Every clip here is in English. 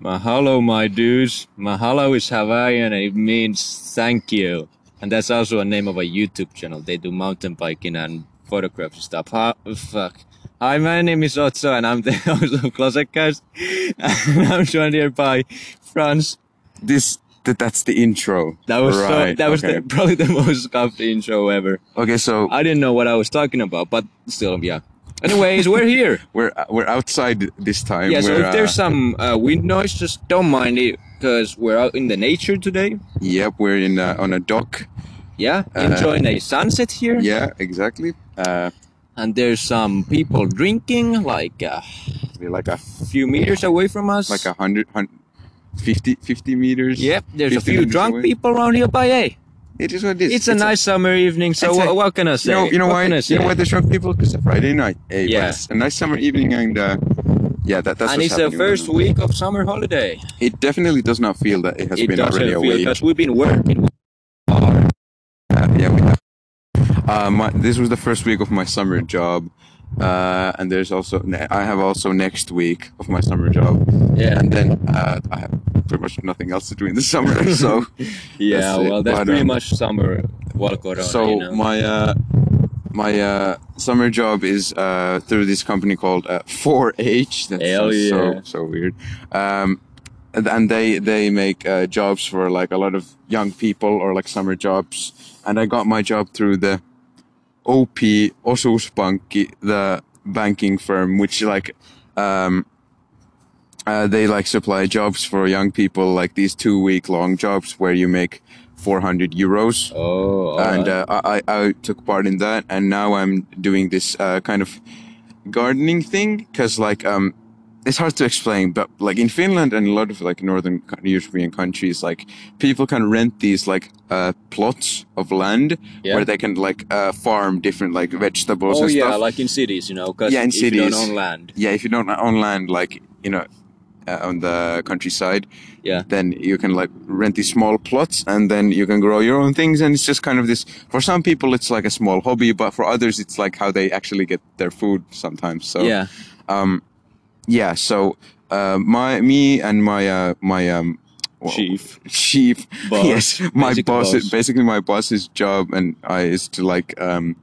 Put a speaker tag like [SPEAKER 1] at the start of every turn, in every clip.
[SPEAKER 1] Mahalo, my dudes. Mahalo is Hawaiian and it means thank you. And that's also a name of a YouTube channel. They do mountain biking and photographs and stuff. Ha- fuck. Hi, my name is Otso and I'm the host of Closet Cast. And I'm joined here by Franz.
[SPEAKER 2] This th- that's the intro.
[SPEAKER 1] That was so,
[SPEAKER 2] Right,
[SPEAKER 1] that was Uh,
[SPEAKER 2] okay.
[SPEAKER 1] the, probably the most scuffed intro ever.
[SPEAKER 2] Okay, so
[SPEAKER 1] I didn't know what I was talking about, but still, yeah. Anyways, we're here.
[SPEAKER 2] we're we're outside this time.
[SPEAKER 1] Yeah, so
[SPEAKER 2] we're,
[SPEAKER 1] if there's
[SPEAKER 2] uh,
[SPEAKER 1] some uh, wind noise, just don't mind it because we're out in the nature today.
[SPEAKER 2] yep, we're in uh, on a dock.
[SPEAKER 1] Yeah,
[SPEAKER 2] Uh,
[SPEAKER 1] enjoying a sunset here.
[SPEAKER 2] Yeah, exactly. Uh,
[SPEAKER 1] And there's some people drinking, like a
[SPEAKER 2] we're like a
[SPEAKER 1] few meters away from us.
[SPEAKER 2] like a hundred, hundred fifty fifty meters.
[SPEAKER 1] Yep, there's a
[SPEAKER 2] 50
[SPEAKER 1] few
[SPEAKER 2] meters
[SPEAKER 1] drunk
[SPEAKER 2] away.
[SPEAKER 1] people around here, but hey,
[SPEAKER 2] It is what it is.
[SPEAKER 1] it's, a nice summer evening, so
[SPEAKER 2] it's
[SPEAKER 1] wha-
[SPEAKER 2] a-
[SPEAKER 1] what can I
[SPEAKER 2] You
[SPEAKER 1] say?
[SPEAKER 2] know, you know
[SPEAKER 1] what
[SPEAKER 2] why?
[SPEAKER 1] Can I say?
[SPEAKER 2] You know why the drunk people? Because it's a Friday night. Hey, but
[SPEAKER 1] Yeah.
[SPEAKER 2] it's a nice summer evening, and uh, yeah, that, that's
[SPEAKER 1] and
[SPEAKER 2] what's
[SPEAKER 1] it's the
[SPEAKER 2] happening right
[SPEAKER 1] first
[SPEAKER 2] now.
[SPEAKER 1] week of summer holiday.
[SPEAKER 2] It definitely does not feel that it has
[SPEAKER 1] it
[SPEAKER 2] been
[SPEAKER 1] doesn't
[SPEAKER 2] already a
[SPEAKER 1] feel
[SPEAKER 2] week.
[SPEAKER 1] because we've been working.
[SPEAKER 2] Uh, yeah, we have. Uh, my, this was the first week of my summer job, uh, and there's also ne- I have also next week of my summer job,
[SPEAKER 1] Yeah,
[SPEAKER 2] and then uh, I have pretty much nothing else to do in the summer. So
[SPEAKER 1] yeah.
[SPEAKER 2] it,
[SPEAKER 1] Well, that's
[SPEAKER 2] but,
[SPEAKER 1] pretty
[SPEAKER 2] um,
[SPEAKER 1] much summer. What corona,
[SPEAKER 2] so
[SPEAKER 1] you know?
[SPEAKER 2] my uh, my uh, summer job is uh, through this company called uh, 4H. That
[SPEAKER 1] Hell
[SPEAKER 2] sounds
[SPEAKER 1] yeah.
[SPEAKER 2] so so weird. Um, and, and they they make uh, jobs for like a lot of young people or like summer jobs. And I got my job through the OP Osuuspankki, the banking firm, which like. Um, uh, they like supply jobs for young people, like these two week long jobs where you make 400 euros
[SPEAKER 1] oh, all
[SPEAKER 2] and
[SPEAKER 1] right.
[SPEAKER 2] uh, I, I I took part in that, and now I'm doing this uh, kind of gardening thing because like um, it's hard to explain, but like in Finland and a lot of like northern co- European countries, like people can rent these like uh, plots of land
[SPEAKER 1] Yeah.
[SPEAKER 2] where they can like uh, farm different like vegetables
[SPEAKER 1] oh
[SPEAKER 2] and
[SPEAKER 1] yeah,
[SPEAKER 2] stuff.
[SPEAKER 1] like in cities, you know, because
[SPEAKER 2] Yeah, in
[SPEAKER 1] if you don't
[SPEAKER 2] cities.
[SPEAKER 1] own land,
[SPEAKER 2] yeah, if you don't uh, own land, like you know. Uh, on the countryside,
[SPEAKER 1] yeah,
[SPEAKER 2] then you can like rent these small plots and then you can grow your own things and it's just kind of this for some people it's like a small hobby but for others it's like how they actually get their food sometimes so
[SPEAKER 1] yeah.
[SPEAKER 2] um yeah so uh my me and my uh my um well,
[SPEAKER 1] Chief.
[SPEAKER 2] chief
[SPEAKER 1] Boss.
[SPEAKER 2] yes my
[SPEAKER 1] Basic
[SPEAKER 2] boss,
[SPEAKER 1] boss.
[SPEAKER 2] basically my boss's job and i is to like um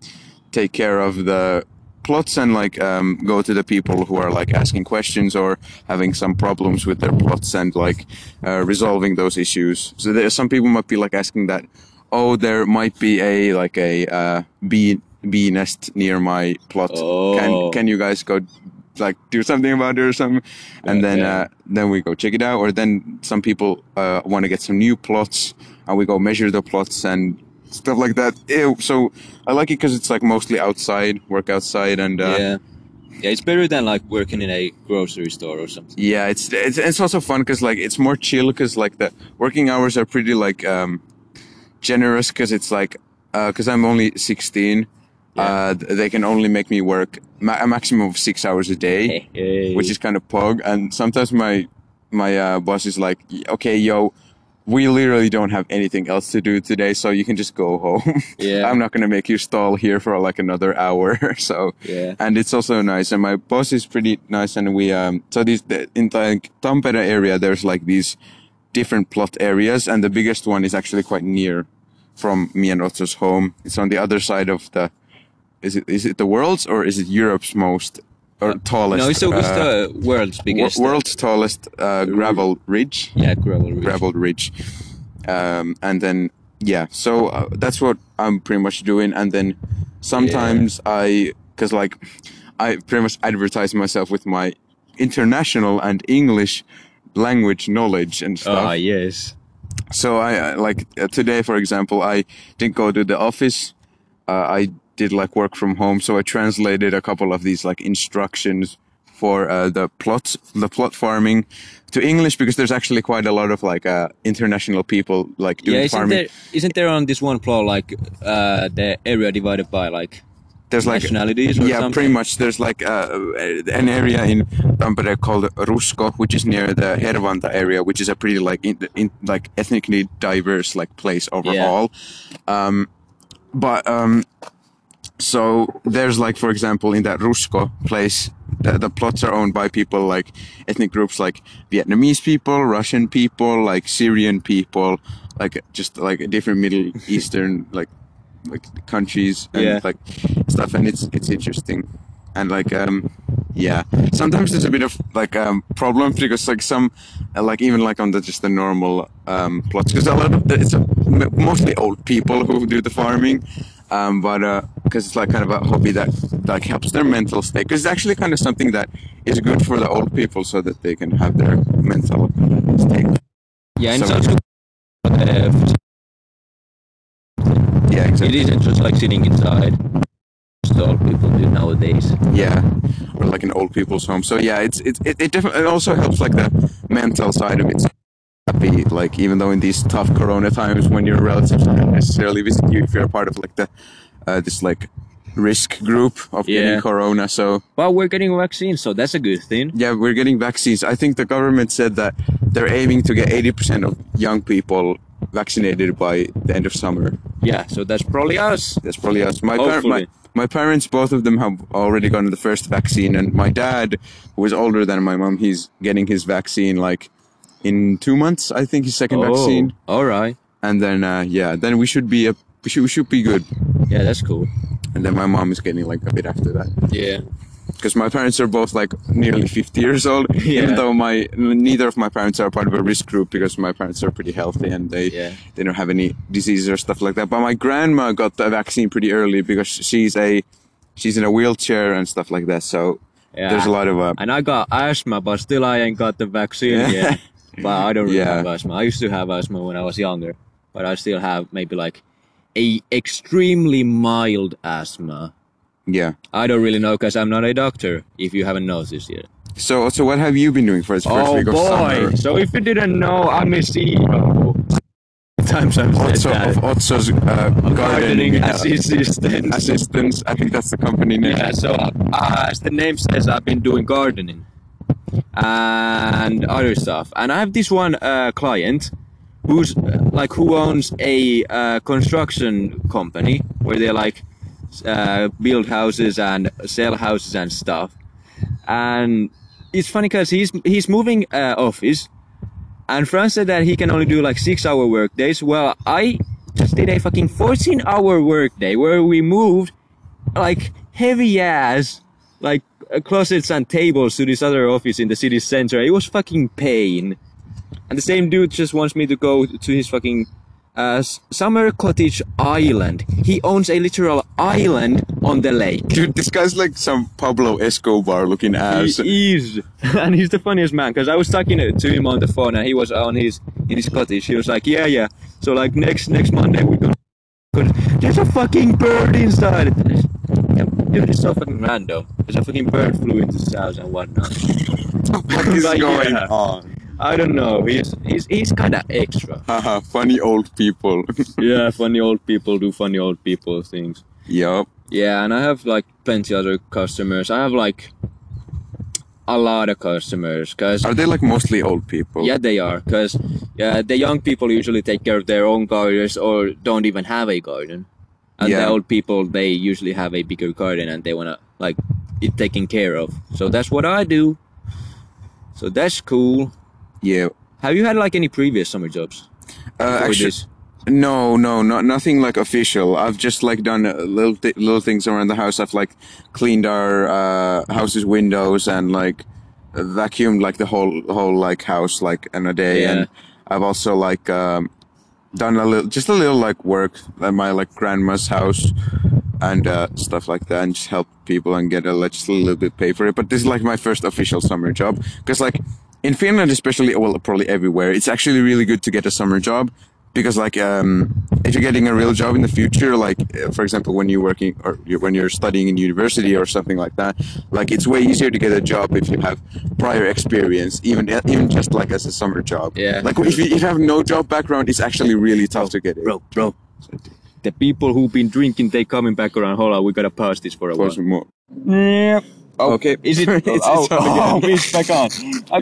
[SPEAKER 2] take care of the plots and like um, go to the people who are like asking questions or having some problems with their plots and like uh, resolving those issues so there some people might be like asking that oh there might be a like a uh, bee bee nest near my plot
[SPEAKER 1] Oh.
[SPEAKER 2] can can you guys go like do something about it or something and then
[SPEAKER 1] Yeah.
[SPEAKER 2] uh, then we go check it out or then some people uh, want to get some new plots and we go measure the plots and stuff like that Ew. so i like it because it's like mostly outside work outside and uh, yeah.
[SPEAKER 1] yeah. Yeah, it's better than like working in a grocery store or something.
[SPEAKER 2] it's it's, it's also fun because like it's more chill because like the working hours are pretty like um generous because it's like because i'm only 16 uh, th- they can only make me work ma- a maximum of six hours a day which is kind of pug. And sometimes my my uh, boss is like, "Y- "Okay, yo, we literally don't have anything else to do today, so you can just go home.
[SPEAKER 1] yeah,
[SPEAKER 2] I'm not gonna make you stall here for like another hour." or so,
[SPEAKER 1] yeah,
[SPEAKER 2] and it's also nice. And my boss is pretty nice. And we um, so these the, in like Tampere area, there's like these different plot areas, and the biggest one is actually quite near from me and Otto's home. It's on the other side of the. Is it is it the world's or is it Europe's most or tallest?
[SPEAKER 1] No, it's the, it's
[SPEAKER 2] uh,
[SPEAKER 1] the world's
[SPEAKER 2] Wor-
[SPEAKER 1] biggest. uh,
[SPEAKER 2] world's tallest uh, gravel ridge
[SPEAKER 1] yeah, gravel Ah, ridge.
[SPEAKER 2] gravel ridge um, and then yeah so uh, that's what i'm pretty much doing and then sometimes i because like i pretty much advertise myself with my international and english language knowledge and stuff
[SPEAKER 1] Ah, yes.
[SPEAKER 2] so I uh, like uh, today, for example, I didn't go to the office. Uh, I did like work from home, so I translated a couple of these like instructions for uh, the plots, the plot farming, to English because there's actually quite a lot of like uh, international people like doing
[SPEAKER 1] Yeah, isn't
[SPEAKER 2] farming.
[SPEAKER 1] there isn't there on this one plot like uh the area divided by like
[SPEAKER 2] there's like
[SPEAKER 1] nationalities or
[SPEAKER 2] yeah,
[SPEAKER 1] something?
[SPEAKER 2] pretty much. There's like uh, an area in Tampere called Rusko, which is near the Hervanta area, which is a pretty like in, in, like ethnically diverse like place overall. Um, but um, so there's like for example in that Rusko place the, the plots are owned by people like ethnic groups like Vietnamese people, Russian people, like Syrian people, like just like different Middle Eastern like like countries and
[SPEAKER 1] Yeah.
[SPEAKER 2] like stuff and it's it's interesting and like um yeah sometimes there's a bit of like um problems because like some uh, like even like on the just the normal um plots because a lot of the, it's uh, m- mostly old people who do the farming um but uh because it's like kind of a hobby that like helps their mental state because it's actually kind of something that is good for the old people so that they can have their mental state
[SPEAKER 1] Yeah, and
[SPEAKER 2] So-
[SPEAKER 1] sounds good. But, uh,
[SPEAKER 2] yeah
[SPEAKER 1] it
[SPEAKER 2] exactly
[SPEAKER 1] isn't just like sitting inside. Just all people do nowadays.
[SPEAKER 2] yeah or like an old people's home so yeah it's it it, it definitely it also helps like the mental side of it happy like even though in these tough corona times when your relatives don't necessarily visit you if you're part of like the uh, this like risk group of
[SPEAKER 1] Yeah.
[SPEAKER 2] getting corona so
[SPEAKER 1] Well, we're getting vaccines, so that's a good thing.
[SPEAKER 2] yeah we're getting vaccines i think the government said that they're aiming to get 80% of young people vaccinated by the end of summer
[SPEAKER 1] Yeah, so that's probably us.
[SPEAKER 2] that's probably us. My, par- my
[SPEAKER 1] Hopefully.
[SPEAKER 2] my parents, both of them, have already gotten the first vaccine, and my dad, who is older than my mom, he's getting his vaccine like in two months, I think, his second vaccine,
[SPEAKER 1] Oh, all right.
[SPEAKER 2] and then uh, yeah, then we should be a we should, we should be good,
[SPEAKER 1] Yeah, that's cool.
[SPEAKER 2] and then my mom is getting like a bit after that,
[SPEAKER 1] Yeah.
[SPEAKER 2] because my parents are both like nearly fifty years old,
[SPEAKER 1] Yeah.
[SPEAKER 2] even though my neither of my parents are part of a risk group because my parents are pretty healthy and they
[SPEAKER 1] Yeah.
[SPEAKER 2] they don't have any diseases or stuff like that. But my grandma got the vaccine pretty early because she's a she's in a wheelchair and stuff like that. So
[SPEAKER 1] Yeah.
[SPEAKER 2] there's a lot of uh,
[SPEAKER 1] And I got asthma, but still I ain't got the vaccine
[SPEAKER 2] Yeah.
[SPEAKER 1] yet. But I don't really
[SPEAKER 2] Yeah.
[SPEAKER 1] have asthma. I used to have asthma when I was younger, but I still have maybe like a extremely mild asthma.
[SPEAKER 2] yeah.
[SPEAKER 1] I don't really know because I'm not a doctor. If you haven't noticed yet.
[SPEAKER 2] So so what have you been doing for this first
[SPEAKER 1] Oh
[SPEAKER 2] week of
[SPEAKER 1] boy!
[SPEAKER 2] summer?
[SPEAKER 1] So if you didn't know, I'm a E CEO. Times I've said
[SPEAKER 2] Also
[SPEAKER 1] that.
[SPEAKER 2] of Otso's uh, gardening,
[SPEAKER 1] gardening
[SPEAKER 2] uh,
[SPEAKER 1] assistant.
[SPEAKER 2] assistants. I think that's the company name.
[SPEAKER 1] Yeah, so uh, as the name says, I've been doing gardening and other stuff. And I have this one uh, client who's uh, like who owns a uh, construction company where they like s- uh, build houses and sell houses and stuff. And it's funny because he's he's moving uh, office, and Franz said that he can only do like six hour work days. Well, I just did a fucking 14 hour work day where we moved like heavy ass like uh, closets and tables to this other office in the city center. It was fucking pain. And the same dude just wants me to go to his fucking uh, s- summer cottage island. He owns a literal island on the lake.
[SPEAKER 2] Dude, this guy's like some Pablo Escobar looking ass.
[SPEAKER 1] He is, and he's the funniest man because I was talking to him on the phone, and he was on his in his cottage. He was like, "Yeah, yeah." So like next next Monday we're gonna. gonna- There's a fucking bird inside. Dude, it's so fucking random. There's a fucking bird flew into his house and whatnot.
[SPEAKER 2] what is
[SPEAKER 1] Like,
[SPEAKER 2] going
[SPEAKER 1] yeah.
[SPEAKER 2] on?
[SPEAKER 1] I don't know. He's he's he's kind of extra.
[SPEAKER 2] Haha, funny old people.
[SPEAKER 1] Yeah, funny old people do funny old people things.
[SPEAKER 2] yup.
[SPEAKER 1] Yeah, and I have like plenty other customers. I have like a lot of customers because
[SPEAKER 2] Are they like mostly old people?
[SPEAKER 1] Yeah, they are, because uh, the young people usually take care of their own gardens or don't even have a garden, and the
[SPEAKER 2] Yeah.
[SPEAKER 1] old people they usually have a bigger garden and they wanna like it taken care of. So that's what I do. So that's cool.
[SPEAKER 2] Yeah.
[SPEAKER 1] Have you had like any previous summer jobs?
[SPEAKER 2] Uh,
[SPEAKER 1] before
[SPEAKER 2] actually,
[SPEAKER 1] this?
[SPEAKER 2] No, no, not nothing like official. I've just like done uh, little th- little things around the house. I've like cleaned our uh, house's windows and like vacuumed like the whole whole like house like in a day.
[SPEAKER 1] Yeah.
[SPEAKER 2] And I've also like um, done a little, just a little like work at my like grandma's house and uh, stuff like that, and just help people and get a like, just a little bit pay for it. But this is like my first official summer job because like in Finland, especially, well, probably everywhere, it's actually really good to get a summer job because like um, if you're getting a real job in the future, like uh, for example, when you're working or you when you're studying in university or something like that, like it's way easier to get a job if you have prior experience, even even just like as a summer job.
[SPEAKER 1] Yeah.
[SPEAKER 2] Like if you, if you have no job background, it's actually really tough to get it.
[SPEAKER 1] Bro, bro. The people who've been drinking, they coming back around. Hold on, we gotta pause this for a while.
[SPEAKER 2] Close more.
[SPEAKER 1] Yeah.
[SPEAKER 2] Okay.
[SPEAKER 1] Is it?
[SPEAKER 2] It's- it's
[SPEAKER 1] oh,
[SPEAKER 2] on
[SPEAKER 1] oh,
[SPEAKER 2] again.
[SPEAKER 1] it's back on.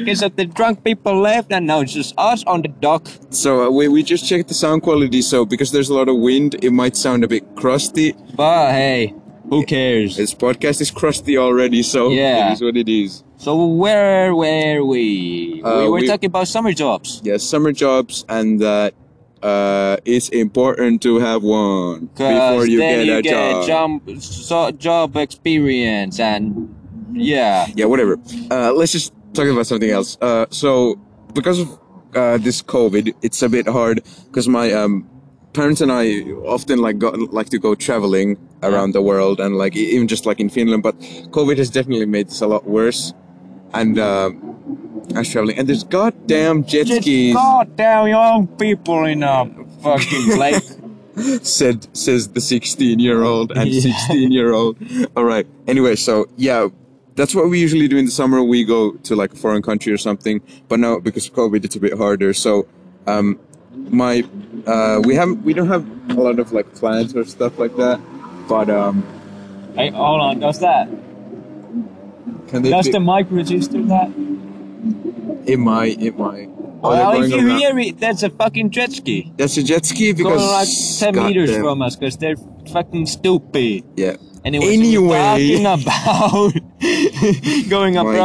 [SPEAKER 1] Okay, so the drunk people left, and now it's just us on the dock.
[SPEAKER 2] So uh, we, we just checked the sound quality. So because there's a lot of wind, it might sound a bit crusty.
[SPEAKER 1] But hey, Who cares?
[SPEAKER 2] This podcast is crusty already, so
[SPEAKER 1] Yeah.
[SPEAKER 2] it is what it is.
[SPEAKER 1] So where were we? we
[SPEAKER 2] Uh,
[SPEAKER 1] were
[SPEAKER 2] we-
[SPEAKER 1] talking about summer jobs
[SPEAKER 2] Yes, summer jobs, and that uh, it's important to have one before
[SPEAKER 1] because
[SPEAKER 2] you
[SPEAKER 1] then
[SPEAKER 2] get
[SPEAKER 1] you
[SPEAKER 2] a
[SPEAKER 1] get
[SPEAKER 2] job.
[SPEAKER 1] jump, so, job experience and yeah,
[SPEAKER 2] Yeah, whatever. Uh, let's just talk about something else. Uh, so because of uh, this COVID, it's a bit hard because my um, parents and I often like go, like to go traveling around the world and like e- even just like in Finland. But COVID has definitely made this a lot worse. And uh, I was traveling, and there's goddamn jet
[SPEAKER 1] just
[SPEAKER 2] skis.
[SPEAKER 1] goddamn young people in a fucking lake.
[SPEAKER 2] said says the 16 year old and
[SPEAKER 1] Yeah.
[SPEAKER 2] 16 year old all right anyway so yeah that's what we usually do in the summer we go to like a foreign country or something but now because of covid it's a bit harder so um my uh we have we don't have a lot of like plans or stuff like that but um
[SPEAKER 3] Hey, hold on. Does that?
[SPEAKER 2] can they
[SPEAKER 3] Does
[SPEAKER 2] pick-
[SPEAKER 3] the mic register that?
[SPEAKER 2] it might it might Oh, they're
[SPEAKER 1] well,
[SPEAKER 2] going
[SPEAKER 1] if you
[SPEAKER 2] around.
[SPEAKER 1] hear it, that's a fucking jet ski
[SPEAKER 2] that's a jet ski because
[SPEAKER 1] going like ten meters
[SPEAKER 2] goddamn.
[SPEAKER 1] from us because they're fucking stupid.
[SPEAKER 2] yeah
[SPEAKER 1] Anyway,
[SPEAKER 2] Anyway.
[SPEAKER 1] we were talking about going
[SPEAKER 2] my
[SPEAKER 1] abroad.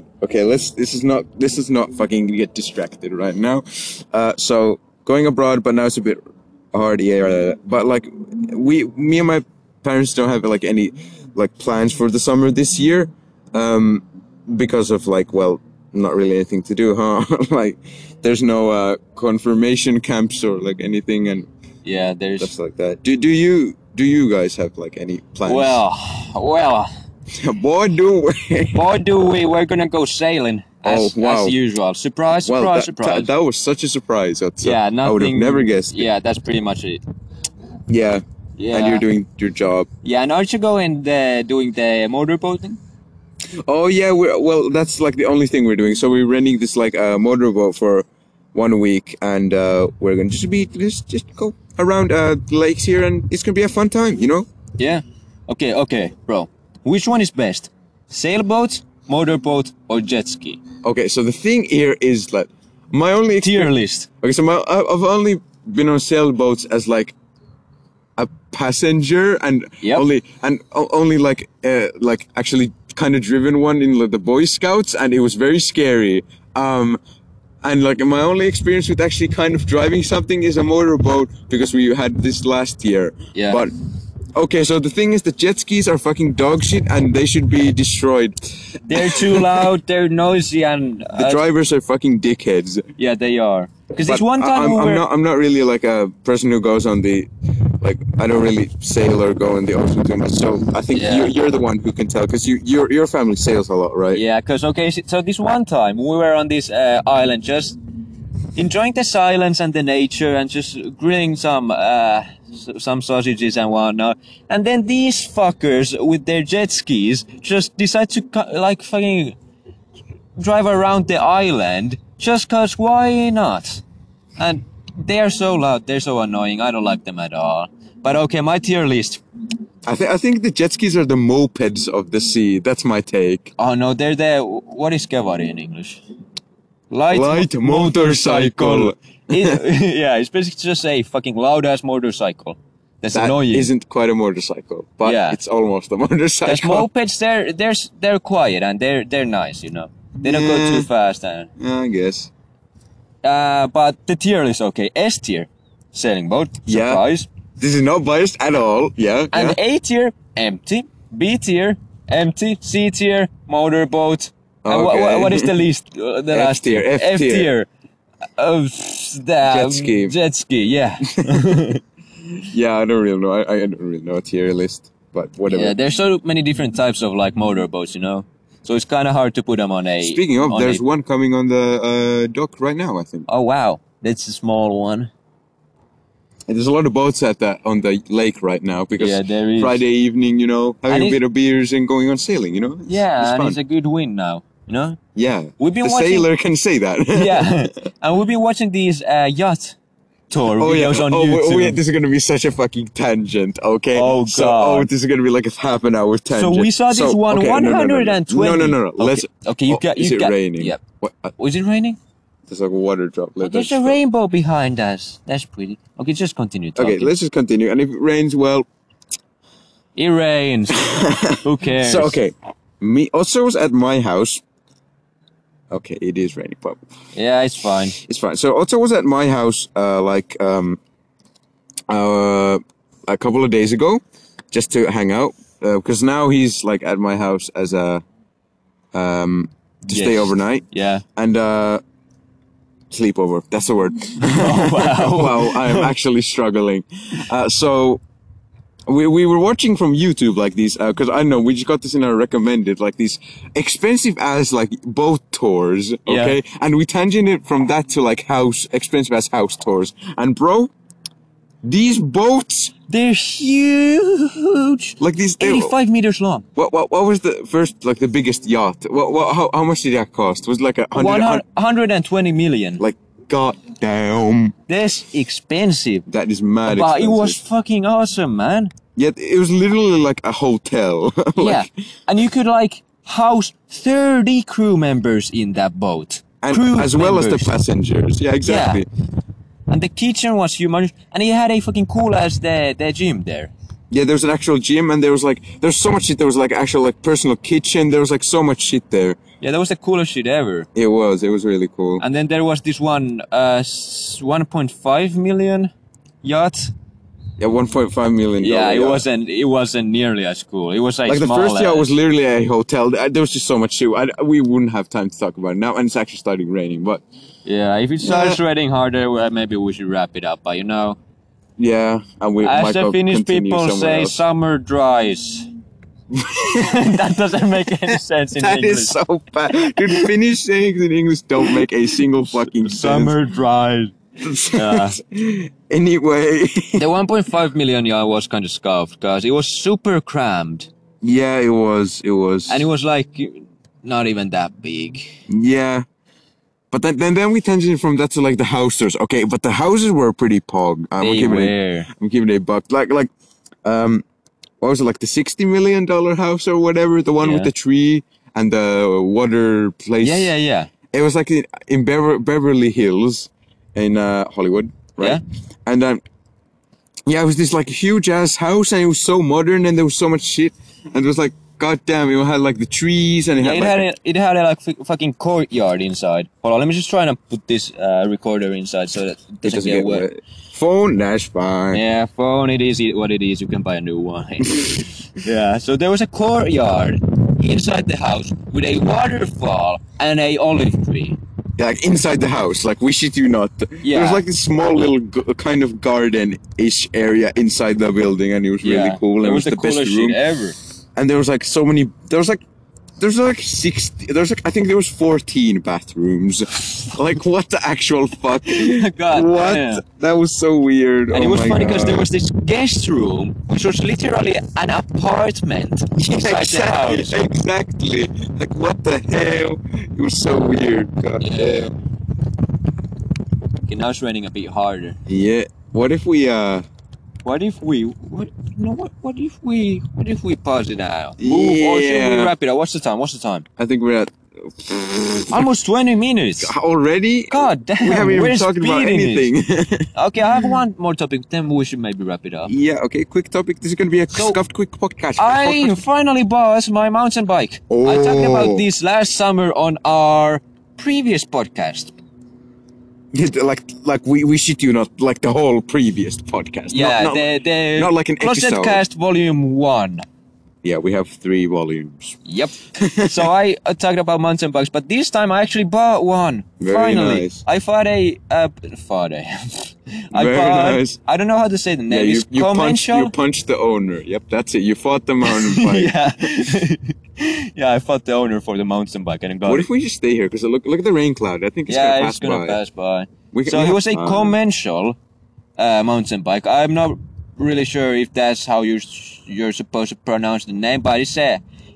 [SPEAKER 2] god okay let's this is not this is not fucking get distracted right now uh so going abroad but now it's a bit hard yeah uh, but like we me and my parents don't have like any like plans for the summer this year um because of like well not really anything to do huh like there's no uh confirmation camps or like anything and
[SPEAKER 1] Yeah, there's
[SPEAKER 2] stuff like that do do you do you guys have like any plans
[SPEAKER 1] well, well.
[SPEAKER 2] boy do we
[SPEAKER 1] Boy, do we! We're gonna go sailing as,
[SPEAKER 2] Oh, wow.
[SPEAKER 1] as usual. Surprise! Surprise!
[SPEAKER 2] Well, that,
[SPEAKER 1] surprise!
[SPEAKER 2] that, that was such a surprise. That's uh,
[SPEAKER 1] yeah, nothing.
[SPEAKER 2] I would have never guessed. it.
[SPEAKER 1] Yeah, that's pretty much it.
[SPEAKER 2] Yeah.
[SPEAKER 1] Yeah,
[SPEAKER 2] And you're doing your job.
[SPEAKER 1] yeah, and aren't you going the doing the motorboating?
[SPEAKER 2] Oh yeah. We're, well, that's like the only thing we're doing. So we're renting this like uh, motorboat for one week, and uh, we're gonna just be just just go around uh, the lakes here, and it's gonna be a fun time. You know.
[SPEAKER 1] Yeah. Okay, okay, bro. Which one is best? Sailboat, motorboat, or jet ski?
[SPEAKER 2] Okay. So the thing here is that my only ex-
[SPEAKER 1] Tier list.
[SPEAKER 2] okay. So my I- I've only been on sailboats as like a passenger and
[SPEAKER 1] Yep.
[SPEAKER 2] only and o- only like uh, like actually kind of driven one in like, the boy scouts and it was very scary um and like my only experience with actually kind of driving something is a motorboat because we had this last year
[SPEAKER 1] Yeah.
[SPEAKER 2] but okay so the thing is the jet skis are fucking dog shit and they should be destroyed
[SPEAKER 1] They're too loud. They're noisy, and
[SPEAKER 2] the
[SPEAKER 1] uh,
[SPEAKER 2] drivers are fucking dickheads
[SPEAKER 1] yeah, they are. Because
[SPEAKER 2] But
[SPEAKER 1] this one
[SPEAKER 2] I-
[SPEAKER 1] time
[SPEAKER 2] I'm,
[SPEAKER 1] we
[SPEAKER 2] I'm
[SPEAKER 1] were.
[SPEAKER 2] not. I'm not really like a person who goes on the, like I don't really sail or go in the ocean too much. So I think
[SPEAKER 1] Yeah.
[SPEAKER 2] you're, you're the one who can tell because you your your family sails a lot, right?
[SPEAKER 1] Yeah, because okay, s- so this one time we were on this uh, island just enjoying the silence and the nature and just grilling some uh, s- some sausages and whatnot. And then these fuckers with their jet skis just decide to cu- like fucking drive around the island just cause why not? And they are so loud, they're so annoying. I don't like them at all. But okay, my tier list.
[SPEAKER 2] I think I think the jet skis are the mopeds of the sea. That's my take.
[SPEAKER 1] Oh no, they're the what is cavalry in English? Light,
[SPEAKER 2] Light
[SPEAKER 1] mo-
[SPEAKER 2] motorcycle.
[SPEAKER 1] It- yeah, it's basically just a fucking loud ass motorcycle. That's
[SPEAKER 2] That
[SPEAKER 1] annoying.
[SPEAKER 2] not quite a motorcycle, but
[SPEAKER 1] Yeah.
[SPEAKER 2] it's almost a
[SPEAKER 1] Because
[SPEAKER 2] motorcycle.
[SPEAKER 1] mopeds, they're they're s- they're quiet and they're they're nice, you know. They don't go
[SPEAKER 2] Yeah.
[SPEAKER 1] too fast. And,
[SPEAKER 2] Yeah, I guess.
[SPEAKER 1] uh, but the tier is okay. S tier, sailing boat,
[SPEAKER 2] Yeah.
[SPEAKER 1] surprise.
[SPEAKER 2] This is not biased at all. Yeah.
[SPEAKER 1] And
[SPEAKER 2] yeah.
[SPEAKER 1] A tier, empty. B tier, empty. C tier, motorboat. And wha- wha-
[SPEAKER 2] Okay.
[SPEAKER 1] what is the least? Uh, the
[SPEAKER 2] F
[SPEAKER 1] last
[SPEAKER 2] tier, F
[SPEAKER 1] F
[SPEAKER 2] tier.
[SPEAKER 1] tier. Uh, the, um,
[SPEAKER 2] Jet ski.
[SPEAKER 1] Jet ski, yeah.
[SPEAKER 2] yeah, I don't really know. I, I don't really know a tier list, but whatever.
[SPEAKER 1] yeah, there's so many different types of like motorboats, you know. So it's kind of hard to put them on a.
[SPEAKER 2] Speaking of,
[SPEAKER 1] on
[SPEAKER 2] there's
[SPEAKER 1] a-
[SPEAKER 2] one coming on the uh, dock right now, I think.
[SPEAKER 1] Oh wow, that's a small one.
[SPEAKER 2] And there's a lot of boats at the on the lake right now because
[SPEAKER 1] Yeah, there is.
[SPEAKER 2] Friday evening, you know, having a
[SPEAKER 1] it's-
[SPEAKER 2] bit of beers and going on sailing, you know. It's,
[SPEAKER 1] Yeah,
[SPEAKER 2] it's
[SPEAKER 1] and
[SPEAKER 2] fun.
[SPEAKER 1] it's a good win now, you know.
[SPEAKER 2] yeah.
[SPEAKER 1] We've been
[SPEAKER 2] the
[SPEAKER 1] watching-
[SPEAKER 2] sailor can say that.
[SPEAKER 1] Yeah, and we've been watching these uh, yacht tour
[SPEAKER 2] Oh yeah!
[SPEAKER 1] videos on
[SPEAKER 2] oh,
[SPEAKER 1] YouTube.
[SPEAKER 2] we- we- this is gonna be such a fucking tangent, okay?
[SPEAKER 1] Oh,
[SPEAKER 2] So,
[SPEAKER 1] God.
[SPEAKER 2] oh, this is gonna be like a half an hour tangent.
[SPEAKER 1] we saw this one
[SPEAKER 2] okay, no, no, no, no.
[SPEAKER 1] 120.
[SPEAKER 2] No, no, no, no.
[SPEAKER 1] Okay,
[SPEAKER 2] Let's.
[SPEAKER 1] okay, you
[SPEAKER 2] oh,
[SPEAKER 1] got-
[SPEAKER 2] Is
[SPEAKER 1] you
[SPEAKER 2] it
[SPEAKER 1] got-
[SPEAKER 2] raining?
[SPEAKER 1] yep.
[SPEAKER 2] What? uh,
[SPEAKER 1] Was it raining?
[SPEAKER 2] there's like a water drop. Let
[SPEAKER 1] There's
[SPEAKER 2] that
[SPEAKER 1] a
[SPEAKER 2] stop.
[SPEAKER 1] rainbow behind us. That's pretty. Okay, just continue talking.
[SPEAKER 2] Okay, let's just continue. And if it rains, well,
[SPEAKER 1] It rains. Who cares?
[SPEAKER 2] So okay, me also was at my house. Okay, it is raining, but
[SPEAKER 1] Yeah, it's fine.
[SPEAKER 2] it's fine. So Otto was at my house uh, like um, uh, a couple of days ago, just to hang out because now he's like at my house as a um, to stay
[SPEAKER 1] Yes.
[SPEAKER 2] overnight
[SPEAKER 1] Yeah.
[SPEAKER 2] and uh, sleep over. That's the word.
[SPEAKER 1] Oh, wow.
[SPEAKER 2] wow, I am actually struggling. Uh, so. We, we were watching from YouTube like these because I know we just got this in our recommended like these expensive ass like boat tours
[SPEAKER 1] Yeah.
[SPEAKER 2] okay and we tangent from that to like house expensive ass house tours and bro these boats
[SPEAKER 1] They're huge.
[SPEAKER 2] like these they-
[SPEAKER 1] 85 meters long.
[SPEAKER 2] what, what what was the first like the biggest yacht what, what how, how much did that cost was it like a hundred
[SPEAKER 1] 100,
[SPEAKER 2] hun-
[SPEAKER 1] 120 million.
[SPEAKER 2] like god damn
[SPEAKER 1] That's expensive.
[SPEAKER 2] that is mad
[SPEAKER 1] But it
[SPEAKER 2] expensive.
[SPEAKER 1] was fucking awesome, man.
[SPEAKER 2] Yet it was literally like a hotel. like,
[SPEAKER 1] yeah. And you could like house 30 crew members in that boat.
[SPEAKER 2] And
[SPEAKER 1] crew
[SPEAKER 2] as well as the
[SPEAKER 1] members.
[SPEAKER 2] passengers. Yeah, exactly. Yeah,
[SPEAKER 1] And the kitchen was humongous. And he had a fucking cool as the, the gym there.
[SPEAKER 2] there was an actual gym and there was like there's so much shit. There was like actual like personal kitchen. There was like so much shit there.
[SPEAKER 1] Yeah, that was the coolest shit ever.
[SPEAKER 2] It was. It was really cool.
[SPEAKER 1] And then there was this one, uh, s- 1.5 million yacht.
[SPEAKER 2] yeah, 1.5 million.
[SPEAKER 1] Yeah,
[SPEAKER 2] dollar
[SPEAKER 1] it
[SPEAKER 2] yacht.
[SPEAKER 1] wasn't. It wasn't nearly as cool. It was like,
[SPEAKER 2] Like the
[SPEAKER 1] smaller.
[SPEAKER 2] first year was literally a hotel. Th- There was just so much shit. I, we wouldn't have time to talk about it now, and it's actually starting raining. But
[SPEAKER 1] Yeah, if it starts raining harder, well, maybe we should wrap it up. But you know,
[SPEAKER 2] yeah, and we
[SPEAKER 1] as
[SPEAKER 2] might
[SPEAKER 1] the
[SPEAKER 2] go
[SPEAKER 1] Finnish
[SPEAKER 2] continue
[SPEAKER 1] people
[SPEAKER 2] somewhere
[SPEAKER 1] say,
[SPEAKER 2] else.
[SPEAKER 1] summer dries. that doesn't make any sense in
[SPEAKER 2] That
[SPEAKER 1] English.
[SPEAKER 2] is so bad, dude. Finnish sayings in English don't make a single fucking sense.
[SPEAKER 1] summer dries. Yeah.
[SPEAKER 2] Anyway,
[SPEAKER 1] the 1.5 million yard was kind of scuffed because it was super crammed
[SPEAKER 2] yeah, it was, it was,
[SPEAKER 1] and it was like not even that big.
[SPEAKER 2] yeah. But then, then, then we tangent from that to like the houses, okay? But the houses were pretty pog. I'm
[SPEAKER 1] They
[SPEAKER 2] giving it,
[SPEAKER 1] were.
[SPEAKER 2] I'm giving it a buck. Like, like, um, what was it? Like the sixty million dollar house or whatever, the one with
[SPEAKER 1] Yeah.
[SPEAKER 2] the tree and the water place.
[SPEAKER 1] Yeah, yeah, yeah.
[SPEAKER 2] It was like in, in Bever- Beverly Hills, in uh, Hollywood, right? And um, yeah, it was this like huge ass house, and it was so modern, and there was so much shit, and it was like, goddamn, it had like the trees, and it
[SPEAKER 1] Yeah,
[SPEAKER 2] had
[SPEAKER 1] it
[SPEAKER 2] like,
[SPEAKER 1] had a, it had a like f- fucking courtyard inside. Hold on, let me just try and put this uh, recorder inside so that it doesn't,
[SPEAKER 2] it doesn't
[SPEAKER 1] get,
[SPEAKER 2] get
[SPEAKER 1] wet.
[SPEAKER 2] wet. Phone, that's fine.
[SPEAKER 1] Yeah, phone. It is what it is. You can buy a new one. yeah. So there was a courtyard inside the house with a waterfall and a olive tree.
[SPEAKER 2] Like inside the house, like we shit you not. There was
[SPEAKER 1] Yeah.
[SPEAKER 2] like this small little g- kind of garden-ish area inside the building, and it was really
[SPEAKER 1] yeah.
[SPEAKER 2] cool. and
[SPEAKER 1] It
[SPEAKER 2] It
[SPEAKER 1] was the,
[SPEAKER 2] best
[SPEAKER 1] coolest
[SPEAKER 2] room.
[SPEAKER 1] shit ever.
[SPEAKER 2] and there was like so many there was like there's like 60 there's like i think there was 14 bathrooms like what the actual fuck
[SPEAKER 1] God
[SPEAKER 2] what
[SPEAKER 1] damn.
[SPEAKER 2] that was so weird
[SPEAKER 1] And
[SPEAKER 2] oh
[SPEAKER 1] it was
[SPEAKER 2] my
[SPEAKER 1] funny because there
[SPEAKER 2] God.
[SPEAKER 1] was this guest room, which was literally an apartment inside the
[SPEAKER 2] exactly,
[SPEAKER 1] house.
[SPEAKER 2] exactly like what the hell it was so weird god damn
[SPEAKER 1] Okay, now it's raining a bit harder.
[SPEAKER 2] yeah what if we uh
[SPEAKER 1] What if we? What, no, what, what if we? What if we pause it now? Ooh, Or should we
[SPEAKER 2] Yeah.
[SPEAKER 1] wrap it up? What's the time? What's the time?
[SPEAKER 2] i think we're at
[SPEAKER 1] Almost 20 minutes.
[SPEAKER 2] already
[SPEAKER 1] God damn,
[SPEAKER 2] we haven't
[SPEAKER 1] we're
[SPEAKER 2] even talked about
[SPEAKER 1] speeding it.
[SPEAKER 2] anything
[SPEAKER 1] Okay, I have one more topic, then we should maybe wrap it up.
[SPEAKER 2] yeah okay quick topic this is gonna be a
[SPEAKER 1] So,
[SPEAKER 2] scuffed quick podcast
[SPEAKER 1] I finally bought my mountain bike. I talked
[SPEAKER 2] Oh.
[SPEAKER 1] about this last summer on our previous podcast.
[SPEAKER 2] Yeah, the- like like we we shit you not like the whole previous podcast.
[SPEAKER 1] Yeah,
[SPEAKER 2] Not- not-
[SPEAKER 1] the, the
[SPEAKER 2] not like an
[SPEAKER 1] Closet
[SPEAKER 2] episode.
[SPEAKER 1] Cast Volume 1.
[SPEAKER 2] yeah. We have three volumes.
[SPEAKER 1] Yep. so I uh, talked about mountain bikes, but this time I actually bought one.
[SPEAKER 2] Very
[SPEAKER 1] Finally,
[SPEAKER 2] nice.
[SPEAKER 1] I bought a uh, bought a. I
[SPEAKER 2] Very
[SPEAKER 1] bought.
[SPEAKER 2] nice.
[SPEAKER 1] I don't know how to say the
[SPEAKER 2] yeah,
[SPEAKER 1] name.
[SPEAKER 2] you
[SPEAKER 1] it's
[SPEAKER 2] you punched
[SPEAKER 1] Comensal?
[SPEAKER 2] you punched the owner. Yep, that's it. You fought the mountain bike.
[SPEAKER 1] yeah. yeah, I fought the owner for the mountain bike and I got
[SPEAKER 2] What
[SPEAKER 1] it.
[SPEAKER 2] if we just stay here? Because look look at the rain cloud. I think it's
[SPEAKER 1] yeah,
[SPEAKER 2] gonna pass
[SPEAKER 1] it's gonna
[SPEAKER 2] by.
[SPEAKER 1] pass by.
[SPEAKER 2] We can-
[SPEAKER 1] so
[SPEAKER 2] we
[SPEAKER 1] it
[SPEAKER 2] have um,
[SPEAKER 1] was a
[SPEAKER 2] time.
[SPEAKER 1] commercial uh, mountain bike. I'm not really sure if that's how you're s- you're supposed to pronounce the name, but it's a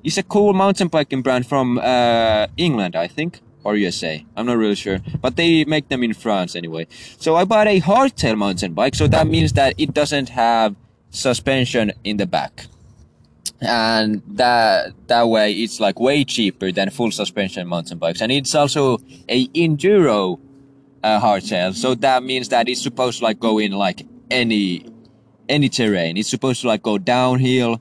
[SPEAKER 1] it's a cool mountain biking brand from uh, England, I think, or USA. I'm not really sure, but they make them in France anyway. So I bought a hardtail mountain bike, so that means that it doesn't have suspension in the back and that that way it's like way cheaper than full suspension mountain bikes and it's also a enduro uh, hardtail so that means that it's supposed to like go in like any any terrain it's supposed to like go downhill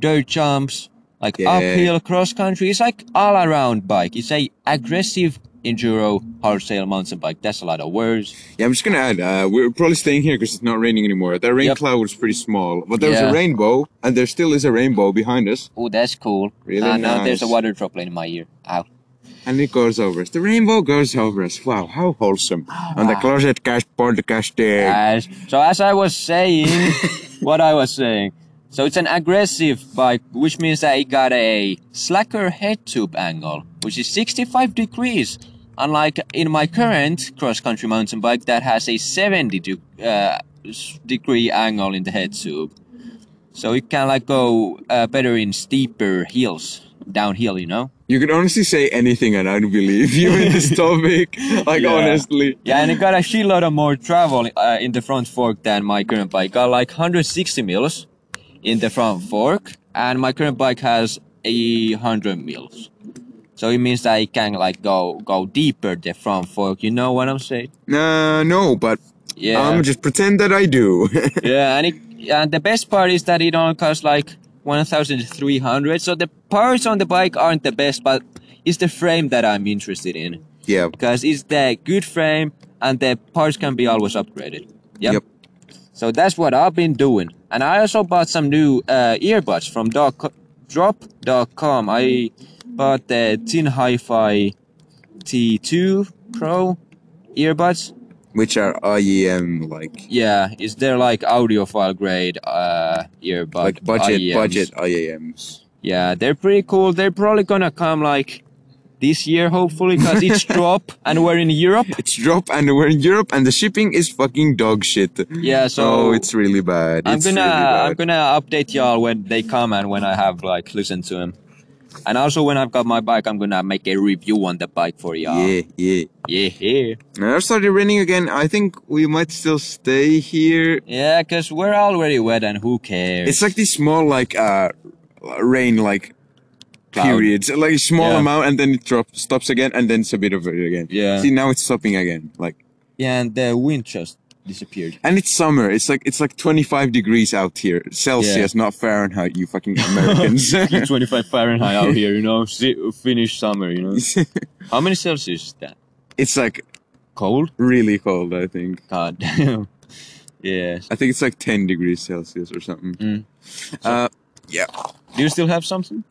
[SPEAKER 1] dirt jumps, like
[SPEAKER 2] Yeah.
[SPEAKER 1] uphill, cross country. It's like all around bike. It's a aggressive enduro hardtail mountain bike. That's a lot of words.
[SPEAKER 2] Yeah, I'm just gonna add. Uh, we're probably staying here because it's not raining anymore. The rain
[SPEAKER 1] Yep.
[SPEAKER 2] cloud was pretty small, but there was
[SPEAKER 1] Yeah.
[SPEAKER 2] a rainbow, and there still is a rainbow behind us,
[SPEAKER 1] Oh, that's cool.
[SPEAKER 2] Really
[SPEAKER 1] Ah, Now there's a
[SPEAKER 2] nice.
[SPEAKER 1] water droplet in my ear. Ow.
[SPEAKER 2] and it goes over us. The rainbow goes over us. Wow, how wholesome!
[SPEAKER 1] Oh,
[SPEAKER 2] On the closet cast podcast uh, day.
[SPEAKER 1] As- so as I was saying, what I was saying. So it's an aggressive bike, which means that it got a slacker head tube angle, which is 65 degrees. Unlike in my current cross-country mountain bike that has a 70 de- uh, s- degree angle in the head tube. So it can like go uh, better in steeper hills, downhill, you know?
[SPEAKER 2] You can honestly say anything, and I'd believe you in this topic. Like
[SPEAKER 1] Yeah.
[SPEAKER 2] honestly,
[SPEAKER 1] Yeah, and it got a shitload of more travel uh, in the front fork than my current bike. Got like 160 mils in the front fork, and my current bike has 100 mils. So it means that it can like go go deeper the front fork. You know what I'm saying?
[SPEAKER 2] uh, no, but
[SPEAKER 1] Yeah.
[SPEAKER 2] I'm just pretend that I do.
[SPEAKER 1] yeah, and it, and the best part is that it only costs like 1,300. So the parts on the bike aren't the best, but it's the frame that I'm interested in
[SPEAKER 2] yeah.
[SPEAKER 1] because it's the good frame and the parts can be always upgraded. Yep.
[SPEAKER 2] Yep.
[SPEAKER 1] So that's what I've been doing. And I also bought some new uh, earbuds from doc- drop.com. I bought the Tin Hi-Fi T2 Pro earbuds.
[SPEAKER 2] Which are
[SPEAKER 1] E
[SPEAKER 2] IEM like
[SPEAKER 1] Yeah, is there like audiophile grade uh earbud?
[SPEAKER 2] like budget
[SPEAKER 1] IEMs.
[SPEAKER 2] budget
[SPEAKER 1] E
[SPEAKER 2] IEMs.
[SPEAKER 1] Yeah, they're pretty cool. They're probably gonna come like this year, hopefully, because it's drop and we're in Europe.
[SPEAKER 2] It's drop and we're in Europe and the shipping is fucking dog shit.
[SPEAKER 1] Yeah, so
[SPEAKER 2] oh, it's really bad.
[SPEAKER 1] I'm
[SPEAKER 2] it's
[SPEAKER 1] gonna
[SPEAKER 2] really bad.
[SPEAKER 1] I'm gonna update y'all when they come and when I have like listened to them. And also when I've got my bike, I'm gonna make a review on the bike for y'all.
[SPEAKER 2] Yeah, yeah.
[SPEAKER 1] yeah, yeah.
[SPEAKER 2] Now it started raining again. I think we might still stay here.
[SPEAKER 1] Yeah, cause we're already wet and who cares?
[SPEAKER 2] It's like these small like uh rain like
[SPEAKER 1] Cloud.
[SPEAKER 2] periods. Like a small
[SPEAKER 1] Yeah.
[SPEAKER 2] amount and then it drops stops again and then it's a bit of it again.
[SPEAKER 1] Yeah.
[SPEAKER 2] See now it's stopping again. Like
[SPEAKER 1] yeah, and the wind just disappeared.
[SPEAKER 2] and it's summer. It's like it's like twenty five degrees out here. Celsius, not Fahrenheit, you fucking Americans.
[SPEAKER 1] 25 Fahrenheit out here, you know. Si- Finnish summer, you know. How many Celsius is that?
[SPEAKER 2] it's like
[SPEAKER 1] Cold?
[SPEAKER 2] really cold, I think.
[SPEAKER 1] God damn. yes.
[SPEAKER 2] I think it's like 10 degrees Celsius or something.
[SPEAKER 1] Mm.
[SPEAKER 2] Uh, yeah.
[SPEAKER 1] Do you still have something?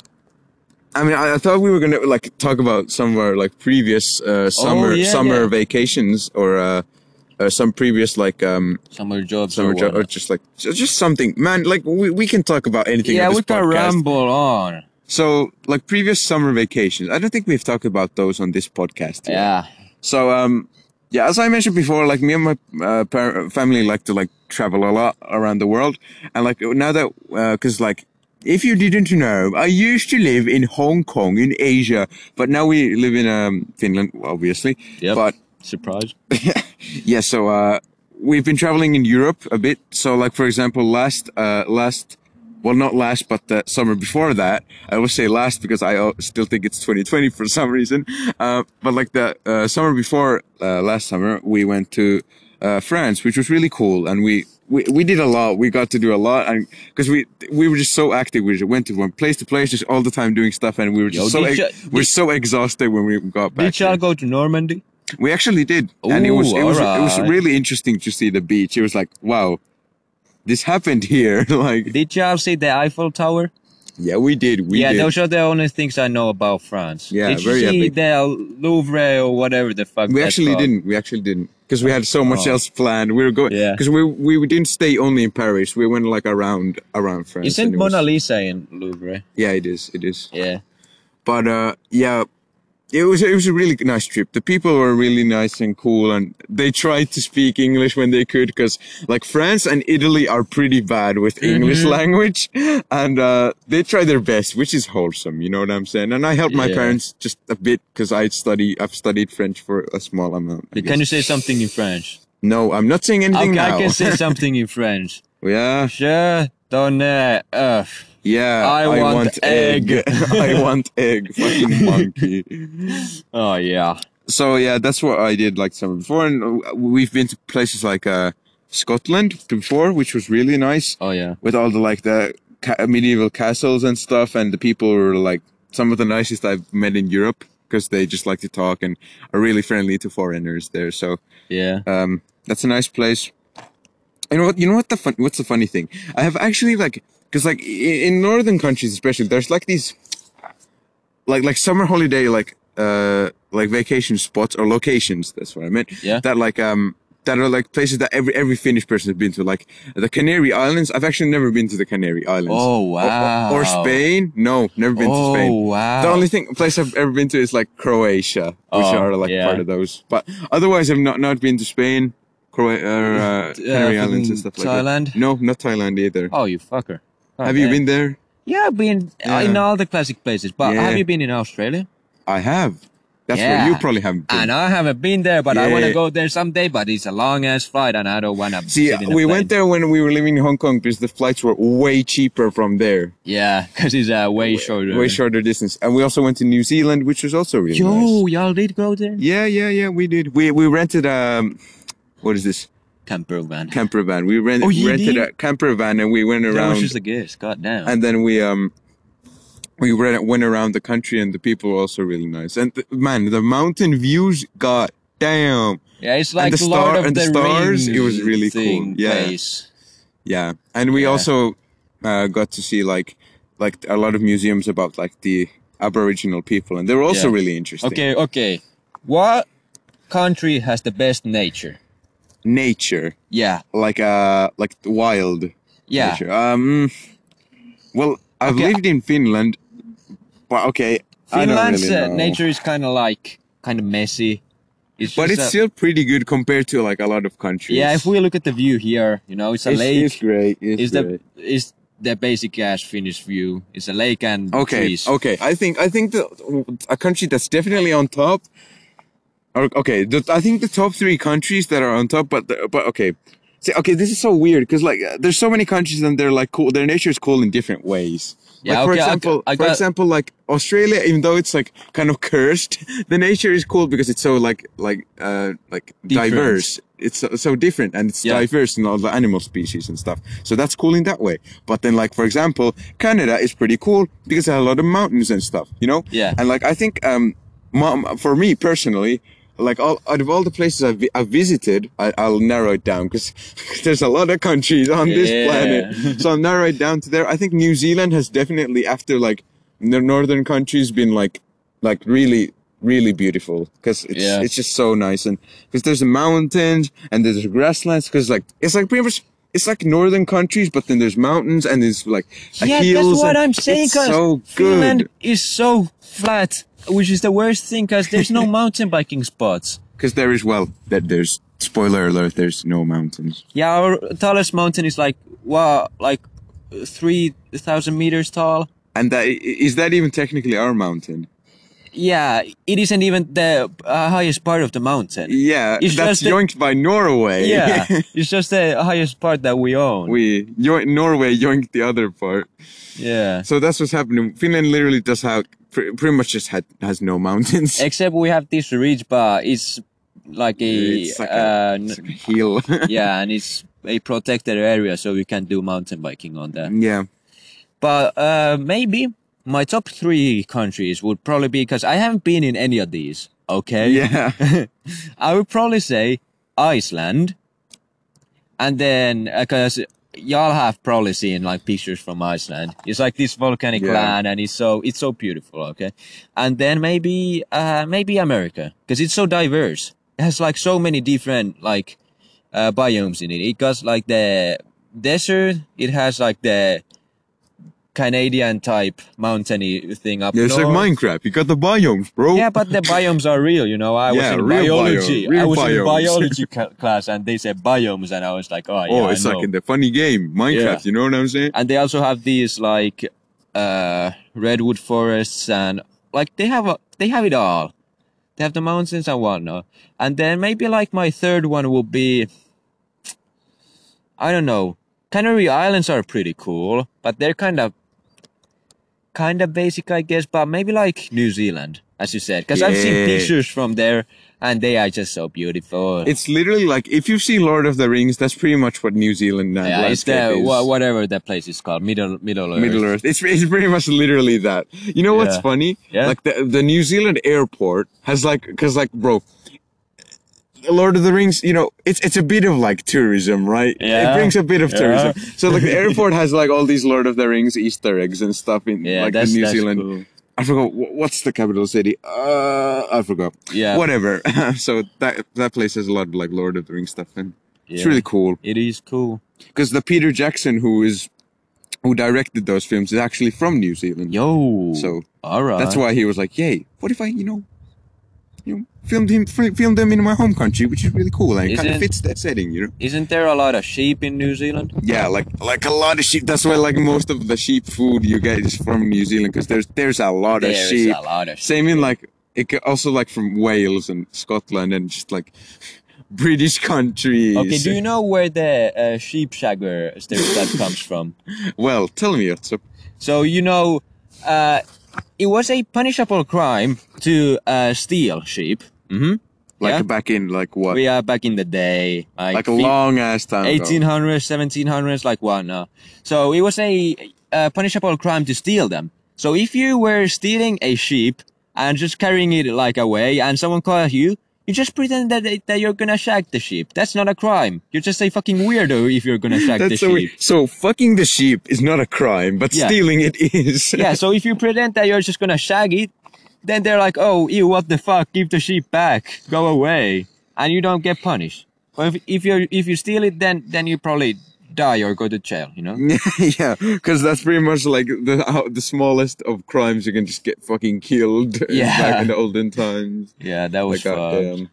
[SPEAKER 2] I mean, I, I thought we were gonna like talk about some of our like previous uh, summer
[SPEAKER 1] Oh, yeah,
[SPEAKER 2] summer
[SPEAKER 1] yeah.
[SPEAKER 2] vacations or uh, uh, some previous like um,
[SPEAKER 1] Summer jobs
[SPEAKER 2] summer
[SPEAKER 1] or
[SPEAKER 2] jo- uh, or
[SPEAKER 1] what?
[SPEAKER 2] just like ju- just something, man. Like we, we can talk about anything.
[SPEAKER 1] Yeah,
[SPEAKER 2] on this
[SPEAKER 1] we can
[SPEAKER 2] podcast.
[SPEAKER 1] ramble on.
[SPEAKER 2] So like previous summer vacations, I don't think we've talked about those on this podcast. yet.
[SPEAKER 1] Yeah.
[SPEAKER 2] So um, yeah, as I mentioned before, like me and my uh, par- family like to like travel a lot around the world, and like now that because like if you didn't know, I used to live in Hong Kong in Asia, but now we live in um, Finland, obviously.
[SPEAKER 1] Yep.
[SPEAKER 2] But
[SPEAKER 1] Surprise.
[SPEAKER 2] yeah, so uh, we've been traveling in Europe a bit. So like for example, last uh, last. Well, not last, but the summer before that. I will say last because I uh, still think it's 2020 for some reason. Uh, but like the uh, summer before uh, last summer, we went to uh, France, which was really cool, and we, we we did a lot. We got to do a lot, and because we we were just so active, we just went to one place to place, just all the time doing stuff, and we were just
[SPEAKER 1] Yo,
[SPEAKER 2] so
[SPEAKER 1] did
[SPEAKER 2] ex-
[SPEAKER 1] you-
[SPEAKER 2] we're so exhausted when we got back.
[SPEAKER 1] Did y'all go to Normandy?
[SPEAKER 2] We actually did, and it was
[SPEAKER 1] Ooh,
[SPEAKER 2] it was it was
[SPEAKER 1] alright.
[SPEAKER 2] really interesting to see the beach. It was like wow, this happened here. like
[SPEAKER 1] Did y'all see the Eiffel Tower?
[SPEAKER 2] yeah, we did. We
[SPEAKER 1] yeah,
[SPEAKER 2] did.
[SPEAKER 1] those are the only things I know about France.
[SPEAKER 2] Yeah,
[SPEAKER 1] Did you
[SPEAKER 2] very
[SPEAKER 1] see
[SPEAKER 2] epic.
[SPEAKER 1] the Louvre or whatever the fuck?
[SPEAKER 2] we
[SPEAKER 1] that's
[SPEAKER 2] actually
[SPEAKER 1] called?
[SPEAKER 2] didn't. We actually didn't because we had so much
[SPEAKER 1] Oh.
[SPEAKER 2] else planned. We were going
[SPEAKER 1] Yeah.
[SPEAKER 2] because we we didn't stay only in Paris. We went like around around France. and
[SPEAKER 1] Isn't
[SPEAKER 2] it was-
[SPEAKER 1] Mona Lisa in Louvre?
[SPEAKER 2] Yeah, it is. It is.
[SPEAKER 1] Yeah.
[SPEAKER 2] But uh, yeah, it was it was a really nice trip. The people were really nice and cool, and they tried to speak English when they could, because like France and Italy are pretty bad with English
[SPEAKER 1] Mm-hmm.
[SPEAKER 2] language, and uh, they try their best, which is wholesome. You know what I'm saying? And I helped my
[SPEAKER 1] Yeah.
[SPEAKER 2] parents just a bit because I study I've studied French for a small amount. I
[SPEAKER 1] Can you
[SPEAKER 2] guess.
[SPEAKER 1] say something in French?
[SPEAKER 2] No, I'm not saying anything
[SPEAKER 1] Okay,
[SPEAKER 2] now.
[SPEAKER 1] I can say something in French.
[SPEAKER 2] yeah,
[SPEAKER 1] Je donne uh, œuf.
[SPEAKER 2] yeah.
[SPEAKER 1] I want egg.
[SPEAKER 2] I want egg. Fucking monkey.
[SPEAKER 1] Oh yeah.
[SPEAKER 2] so yeah, that's what I did like summer before, and uh, we've been to places like uh, Scotland before, which was really nice
[SPEAKER 1] Oh yeah.
[SPEAKER 2] with all the like the ca- medieval castles and stuff, and the people were like some of the nicest I've met in Europe because they just like to talk and are really friendly to foreigners there. So
[SPEAKER 1] Yeah.
[SPEAKER 2] um, that's a nice place. You know what? You know what the fun, what's the funny thing? I have actually like because like i- in northern countries especially, there's like these like like summer holiday like uh like vacation spots or locations. That's what I meant.
[SPEAKER 1] Yeah.
[SPEAKER 2] That like um that are like places that every every Finnish person has been to. Like the Canary Islands. I've actually never been to the Canary Islands.
[SPEAKER 1] Oh,
[SPEAKER 2] Or- or- Or,
[SPEAKER 1] wow.
[SPEAKER 2] Spain? No, never been
[SPEAKER 1] Oh,
[SPEAKER 2] to Spain.
[SPEAKER 1] wow.
[SPEAKER 2] The only thing place I've ever been to is like Croatia, which
[SPEAKER 1] Oh,
[SPEAKER 2] are like
[SPEAKER 1] yeah.
[SPEAKER 2] part of those. But otherwise, I've not not been to Spain, Croatia, or, uh,
[SPEAKER 1] Uh,
[SPEAKER 2] Canary Islands
[SPEAKER 1] fucking
[SPEAKER 2] and stuff like that.
[SPEAKER 1] Thailand?
[SPEAKER 2] No, not Thailand either.
[SPEAKER 1] Oh, you fucker. Oh,
[SPEAKER 2] have you
[SPEAKER 1] man.
[SPEAKER 2] been there?
[SPEAKER 1] Yeah, I've been uh, in
[SPEAKER 2] Yeah.
[SPEAKER 1] all the classic places. But
[SPEAKER 2] Yeah.
[SPEAKER 1] have you been in Australia?
[SPEAKER 2] I have. That's
[SPEAKER 1] Yeah.
[SPEAKER 2] where you probably haven't been.
[SPEAKER 1] And I haven't been there, but I want to
[SPEAKER 2] Yeah.
[SPEAKER 1] go there someday. But it's a long ass flight, and I don't want to.
[SPEAKER 2] See, we went there when we were living in Hong Kong because the flights were way cheaper from there,
[SPEAKER 1] Yeah, because it's a way shorter.
[SPEAKER 2] way shorter distance. And we also went to New Zealand, which was also really nice.
[SPEAKER 1] Yo, y'all did go there?
[SPEAKER 2] Yeah, yeah, yeah. We did. We we rented um, what is this
[SPEAKER 1] Camper van.
[SPEAKER 2] camper van? We rent,
[SPEAKER 1] Oh, you
[SPEAKER 2] rented
[SPEAKER 1] did?
[SPEAKER 2] a camper van and we went
[SPEAKER 1] That
[SPEAKER 2] around.
[SPEAKER 1] was just a guess. God damn.
[SPEAKER 2] and then we um we re- went around the country and the people were also really nice and th- man the mountain views god damn
[SPEAKER 1] yeah, it's like
[SPEAKER 2] the star-
[SPEAKER 1] Lord of
[SPEAKER 2] and the
[SPEAKER 1] Rings.
[SPEAKER 2] stars, it was really cool.
[SPEAKER 1] thing
[SPEAKER 2] Yeah.
[SPEAKER 1] Place.
[SPEAKER 2] yeah and we
[SPEAKER 1] Yeah.
[SPEAKER 2] also uh, got to see like like a lot of museums about like the aboriginal people and they were also
[SPEAKER 1] Yeah.
[SPEAKER 2] really interesting
[SPEAKER 1] Okay, okay. What country has the best nature?
[SPEAKER 2] nature
[SPEAKER 1] Yeah,
[SPEAKER 2] like uh like the wild
[SPEAKER 1] yeah.
[SPEAKER 2] nature um well i've
[SPEAKER 1] Okay, I-
[SPEAKER 2] lived in finland but okay I don't
[SPEAKER 1] Finland's
[SPEAKER 2] really
[SPEAKER 1] uh,
[SPEAKER 2] know.
[SPEAKER 1] nature is kind of like kind of messy. It's
[SPEAKER 2] but
[SPEAKER 1] just
[SPEAKER 2] it's
[SPEAKER 1] a-
[SPEAKER 2] still pretty good compared to like a lot of countries
[SPEAKER 1] yeah. If we look at the view here, you know, it's a
[SPEAKER 2] it's,
[SPEAKER 1] lake.
[SPEAKER 2] it's great it's
[SPEAKER 1] is
[SPEAKER 2] great.
[SPEAKER 1] the is the basic ass Finnish view. It's a lake and
[SPEAKER 2] Okay.
[SPEAKER 1] trees.
[SPEAKER 2] Okay. I think I think the, a country that's definitely on top. or- Okay. The, I think the top three countries that are on top, but the, but okay. See, okay, this is so weird because like uh, there's so many countries and they're like cool. Their nature is cool in different ways.
[SPEAKER 1] Yeah,
[SPEAKER 2] like, for
[SPEAKER 1] okay, I-
[SPEAKER 2] example,
[SPEAKER 1] I
[SPEAKER 2] for
[SPEAKER 1] got-
[SPEAKER 2] example, like Australia, even though it's like kind of cursed, the nature is cool because it's so like like uh like
[SPEAKER 1] Different.
[SPEAKER 2] diverse. It's so, so different and it's
[SPEAKER 1] Yeah.
[SPEAKER 2] diverse in all the animal species and stuff. So that's cool in that way. But then, like for example, Canada is pretty cool because it has a lot of mountains and stuff. You know.
[SPEAKER 1] Yeah.
[SPEAKER 2] And like I think um, mom, for me personally, like all out of all the places I've, vi- I've visited, I, I'll narrow it down because there's a lot of countries on this
[SPEAKER 1] Yeah.
[SPEAKER 2] planet. so I'll narrow it down to there. I think New Zealand has definitely after like the northern countries been like like really really beautiful because it's
[SPEAKER 1] Yeah.
[SPEAKER 2] it's just so nice and because there's the mountains and there's grasslands because like it's like pretty much. It's like northern countries, but then there's mountains and there's like
[SPEAKER 1] yeah,
[SPEAKER 2] hills.
[SPEAKER 1] that's what
[SPEAKER 2] and
[SPEAKER 1] I'm saying.
[SPEAKER 2] It's
[SPEAKER 1] 'cause
[SPEAKER 2] so good.
[SPEAKER 1] Finland is so flat, which is the worst thing because there's no mountain biking spots.
[SPEAKER 2] Because there is well that there's spoiler alert. There's no mountains.
[SPEAKER 1] Yeah, our tallest mountain is like wow, like three thousand meters tall.
[SPEAKER 2] And that i- is that even technically our mountain?
[SPEAKER 1] Yeah, it isn't even the uh, highest part of the mountain.
[SPEAKER 2] Yeah,
[SPEAKER 1] It's
[SPEAKER 2] that's
[SPEAKER 1] just that-
[SPEAKER 2] yoinked by Norway.
[SPEAKER 1] Yeah, it's just the highest part that we own.
[SPEAKER 2] we yo- Norway yoinked the other part.
[SPEAKER 1] yeah.
[SPEAKER 2] So that's what's happening. Finland literally does have pre- pretty much just had has no mountains.
[SPEAKER 1] Except we have this ridge, but it's like a,
[SPEAKER 2] It's like
[SPEAKER 1] uh,
[SPEAKER 2] a,
[SPEAKER 1] n-
[SPEAKER 2] it's like a hill.
[SPEAKER 1] yeah, and it's a protected area, so you can do mountain biking on that.
[SPEAKER 2] yeah.
[SPEAKER 1] But uh, maybe my top three countries would probably be because I haven't been in any of these. Okay,
[SPEAKER 2] Yeah.
[SPEAKER 1] I would probably say Iceland, and then because y'all have probably seen like pictures from Iceland. It's like this volcanic
[SPEAKER 2] Yeah.
[SPEAKER 1] land, and it's so it's so beautiful. Okay, and then maybe uh maybe America because it's so diverse. It has like so many different like uh, biomes in it. It got like the desert. It has like the Canadian type mountainy thing up
[SPEAKER 2] Yeah, it's
[SPEAKER 1] north.
[SPEAKER 2] like Minecraft. You got the biomes, bro.
[SPEAKER 1] Yeah, but the biomes are real, you know. I was
[SPEAKER 2] Yeah,
[SPEAKER 1] in
[SPEAKER 2] real
[SPEAKER 1] biology.
[SPEAKER 2] bio- real
[SPEAKER 1] I was in
[SPEAKER 2] biomes.
[SPEAKER 1] biology ca- class, and they said biomes, and I was like, oh, yeah,
[SPEAKER 2] oh,
[SPEAKER 1] I
[SPEAKER 2] it's
[SPEAKER 1] know.
[SPEAKER 2] like in the funny game Minecraft. You know what I'm saying?
[SPEAKER 1] and they also have these like uh, redwood forests, and like they have a, they have it all. They have the mountains and whatnot. And then maybe like my third one will be, I don't know. Canary Islands are pretty cool, but they're kind of kind of basic, I guess, but maybe like New Zealand, as you said, because I've seen
[SPEAKER 2] Yeah.
[SPEAKER 1] pictures from there and they are just so beautiful.
[SPEAKER 2] It's literally like if you see Lord of the Rings, that's pretty much what New Zealand now
[SPEAKER 1] yeah, it's
[SPEAKER 2] landscape
[SPEAKER 1] the
[SPEAKER 2] is.
[SPEAKER 1] wha- whatever that place is called, Middle Middle Earth.
[SPEAKER 2] Middle Earth. It's, it's pretty much literally that. You know what's
[SPEAKER 1] Yeah.
[SPEAKER 2] funny?
[SPEAKER 1] Yeah.
[SPEAKER 2] Like the the New Zealand airport has like because like bro. Lord of the Rings, you know, it's it's a bit of like tourism, right?
[SPEAKER 1] Yeah.
[SPEAKER 2] It brings a bit of
[SPEAKER 1] Yeah.
[SPEAKER 2] tourism. So like the airport has like all these Lord of the Rings Easter eggs and stuff in
[SPEAKER 1] Yeah,
[SPEAKER 2] like the
[SPEAKER 1] that's
[SPEAKER 2] New
[SPEAKER 1] that's
[SPEAKER 2] Zealand.
[SPEAKER 1] cool.
[SPEAKER 2] I forgot wh- what's the capital city. Uh, I forgot.
[SPEAKER 1] Yeah.
[SPEAKER 2] Whatever. so that that place has a lot of like Lord of the Rings stuff, and it's
[SPEAKER 1] Yeah.
[SPEAKER 2] really cool
[SPEAKER 1] It is cool.
[SPEAKER 2] because the Peter Jackson who is who directed those films is actually from New Zealand.
[SPEAKER 1] Yo.
[SPEAKER 2] So,
[SPEAKER 1] all right.
[SPEAKER 2] That's why he was like, "Yay! What if I, you know, you know, filmed him fi- filmed them in my home country, which is really cool and it kind of
[SPEAKER 1] Isn't-
[SPEAKER 2] fits that setting, you know."
[SPEAKER 1] Isn't there a lot of sheep in New Zealand?
[SPEAKER 2] Yeah, like like a lot of sheep. That's why like most of the sheep food you get is from New Zealand because there's there's a lot
[SPEAKER 1] There
[SPEAKER 2] of
[SPEAKER 1] is
[SPEAKER 2] sheep.
[SPEAKER 1] a lot of sheep.
[SPEAKER 2] Same in like it ca- also like from Wales and Scotland and just like British countries.
[SPEAKER 1] Okay, do you know where the uh, sheep shagger stereotype comes from?
[SPEAKER 2] Well, tell me, Otso.
[SPEAKER 1] So you know, uh, it was a punishable crime to uh, steal sheep. Mm-hmm.
[SPEAKER 2] Like
[SPEAKER 1] Yeah.
[SPEAKER 2] back in like what?
[SPEAKER 1] We are back in the day, like,
[SPEAKER 2] like a
[SPEAKER 1] fif-
[SPEAKER 2] long ass time. ago.
[SPEAKER 1] 1800s, 1700s, like what now? So it was a, uh punishable crime to steal them. So if you were stealing a sheep and just carrying it like away and someone caught you, you just pretend that, they, that you're gonna shag the sheep. That's not a crime. You're just a fucking weirdo if you're gonna shag the
[SPEAKER 2] That's so
[SPEAKER 1] sheep.
[SPEAKER 2] weird. So fucking the sheep is not a crime, but
[SPEAKER 1] Yeah.
[SPEAKER 2] stealing it is.
[SPEAKER 1] yeah, so if you pretend that you're just gonna shag it, then they're like, oh, ew, what the fuck? Give the sheep back. Go away. And you don't get punished. But if, if you if you steal it, then then you probably die or go to jail, you know?
[SPEAKER 2] yeah, because that's pretty much like the how, the smallest of crimes. You can just get fucking killed.
[SPEAKER 1] Yeah.
[SPEAKER 2] back in the olden times.
[SPEAKER 1] Yeah, that was
[SPEAKER 2] Like, uh, um,
[SPEAKER 1] fun.
[SPEAKER 2] goddamn.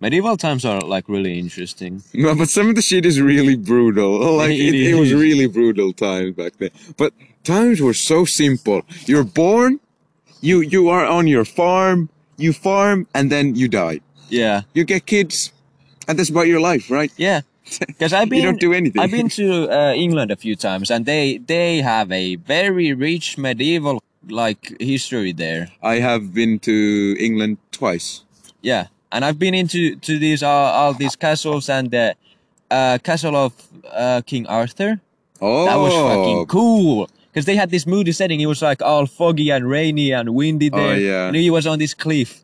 [SPEAKER 1] Medieval times are like really interesting.
[SPEAKER 2] No, but some of the shit is really brutal. Like it,
[SPEAKER 1] It
[SPEAKER 2] it was
[SPEAKER 1] is.
[SPEAKER 2] really brutal times back then. But times were so simple. You're born, you you are on your farm, you farm, and then you die.
[SPEAKER 1] Yeah,
[SPEAKER 2] You get kids, and that's about your life, right?
[SPEAKER 1] yeah. Because I've been
[SPEAKER 2] You don't do anything.
[SPEAKER 1] I've been to uh, England a few times, and they they have a very rich medieval like history there.
[SPEAKER 2] I have been to England twice.
[SPEAKER 1] Yeah, and I've been into to these uh, all these castles and the uh, castle of uh, King Arthur.
[SPEAKER 2] Oh,
[SPEAKER 1] That was fucking cool. Because they had this moody setting. It was like all foggy and rainy and windy
[SPEAKER 2] Oh,
[SPEAKER 1] there.
[SPEAKER 2] yeah.
[SPEAKER 1] And he was on this cliff.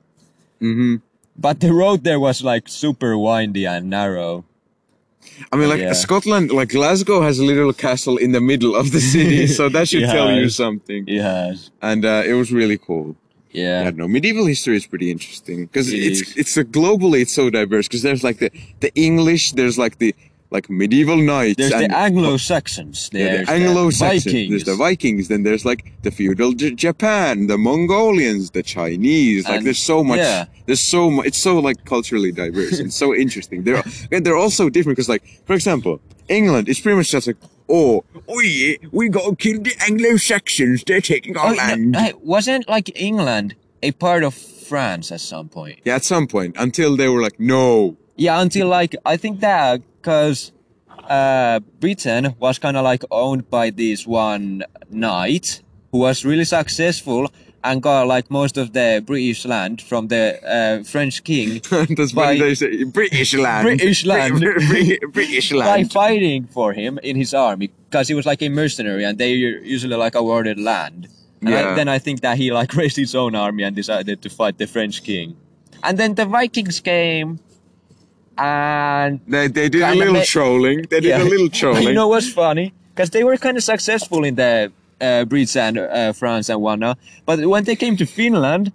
[SPEAKER 2] hmm
[SPEAKER 1] But the road there was like super windy and narrow.
[SPEAKER 2] I mean, like
[SPEAKER 1] Yeah.
[SPEAKER 2] Scotland, like Glasgow has a little castle in the middle of the city, so that should tell you
[SPEAKER 1] Yes.
[SPEAKER 2] something.
[SPEAKER 1] Yes.
[SPEAKER 2] And uh, it was really cool. I
[SPEAKER 1] Yeah.
[SPEAKER 2] don't know. Medieval history is pretty interesting because
[SPEAKER 1] It
[SPEAKER 2] it's
[SPEAKER 1] is.
[SPEAKER 2] it's a, globally it's so diverse because there's like the the English, there's like the like medieval knights,
[SPEAKER 1] There's
[SPEAKER 2] and
[SPEAKER 1] the Anglo Saxons.
[SPEAKER 2] yeah,
[SPEAKER 1] There's
[SPEAKER 2] the Anglo-Saxons,
[SPEAKER 1] Vikings.
[SPEAKER 2] there's the Vikings, then there's like the feudal J- Japan, the Mongolians, the Chinese. Like
[SPEAKER 1] And-
[SPEAKER 2] there's so much.
[SPEAKER 1] yeah.
[SPEAKER 2] There's so much. It's so like culturally diverse and so interesting. They're and they're all so different because like for example, England is pretty much just like oh oh yeah, we gotta kill the Anglo-Saxons. They're taking
[SPEAKER 1] Oh,
[SPEAKER 2] our
[SPEAKER 1] no,
[SPEAKER 2] land.
[SPEAKER 1] hey, wasn't like England a part of France at some point?
[SPEAKER 2] yeah, at some point until they were like no.
[SPEAKER 1] Yeah, until like I think that because uh, Britain was kind of like owned by this one knight who was really successful and got like most of the British land from the uh, French king
[SPEAKER 2] That's
[SPEAKER 1] By-
[SPEAKER 2] why they say British land.
[SPEAKER 1] British land.
[SPEAKER 2] Bri- Bri- British
[SPEAKER 1] by
[SPEAKER 2] land.
[SPEAKER 1] fighting for him in his army because he was like a mercenary and they u- usually like awarded land. And I-
[SPEAKER 2] Yeah.
[SPEAKER 1] then I think that he like raised his own army and decided to fight the French king. And then the Vikings came and
[SPEAKER 2] They, they did a
[SPEAKER 1] Kinda
[SPEAKER 2] little
[SPEAKER 1] ma-
[SPEAKER 2] trolling. They did a little trolling.
[SPEAKER 1] You know what's funny? Because they were kind of successful in the uh, Brits and uh, France and whatnot. But when they came to Finland,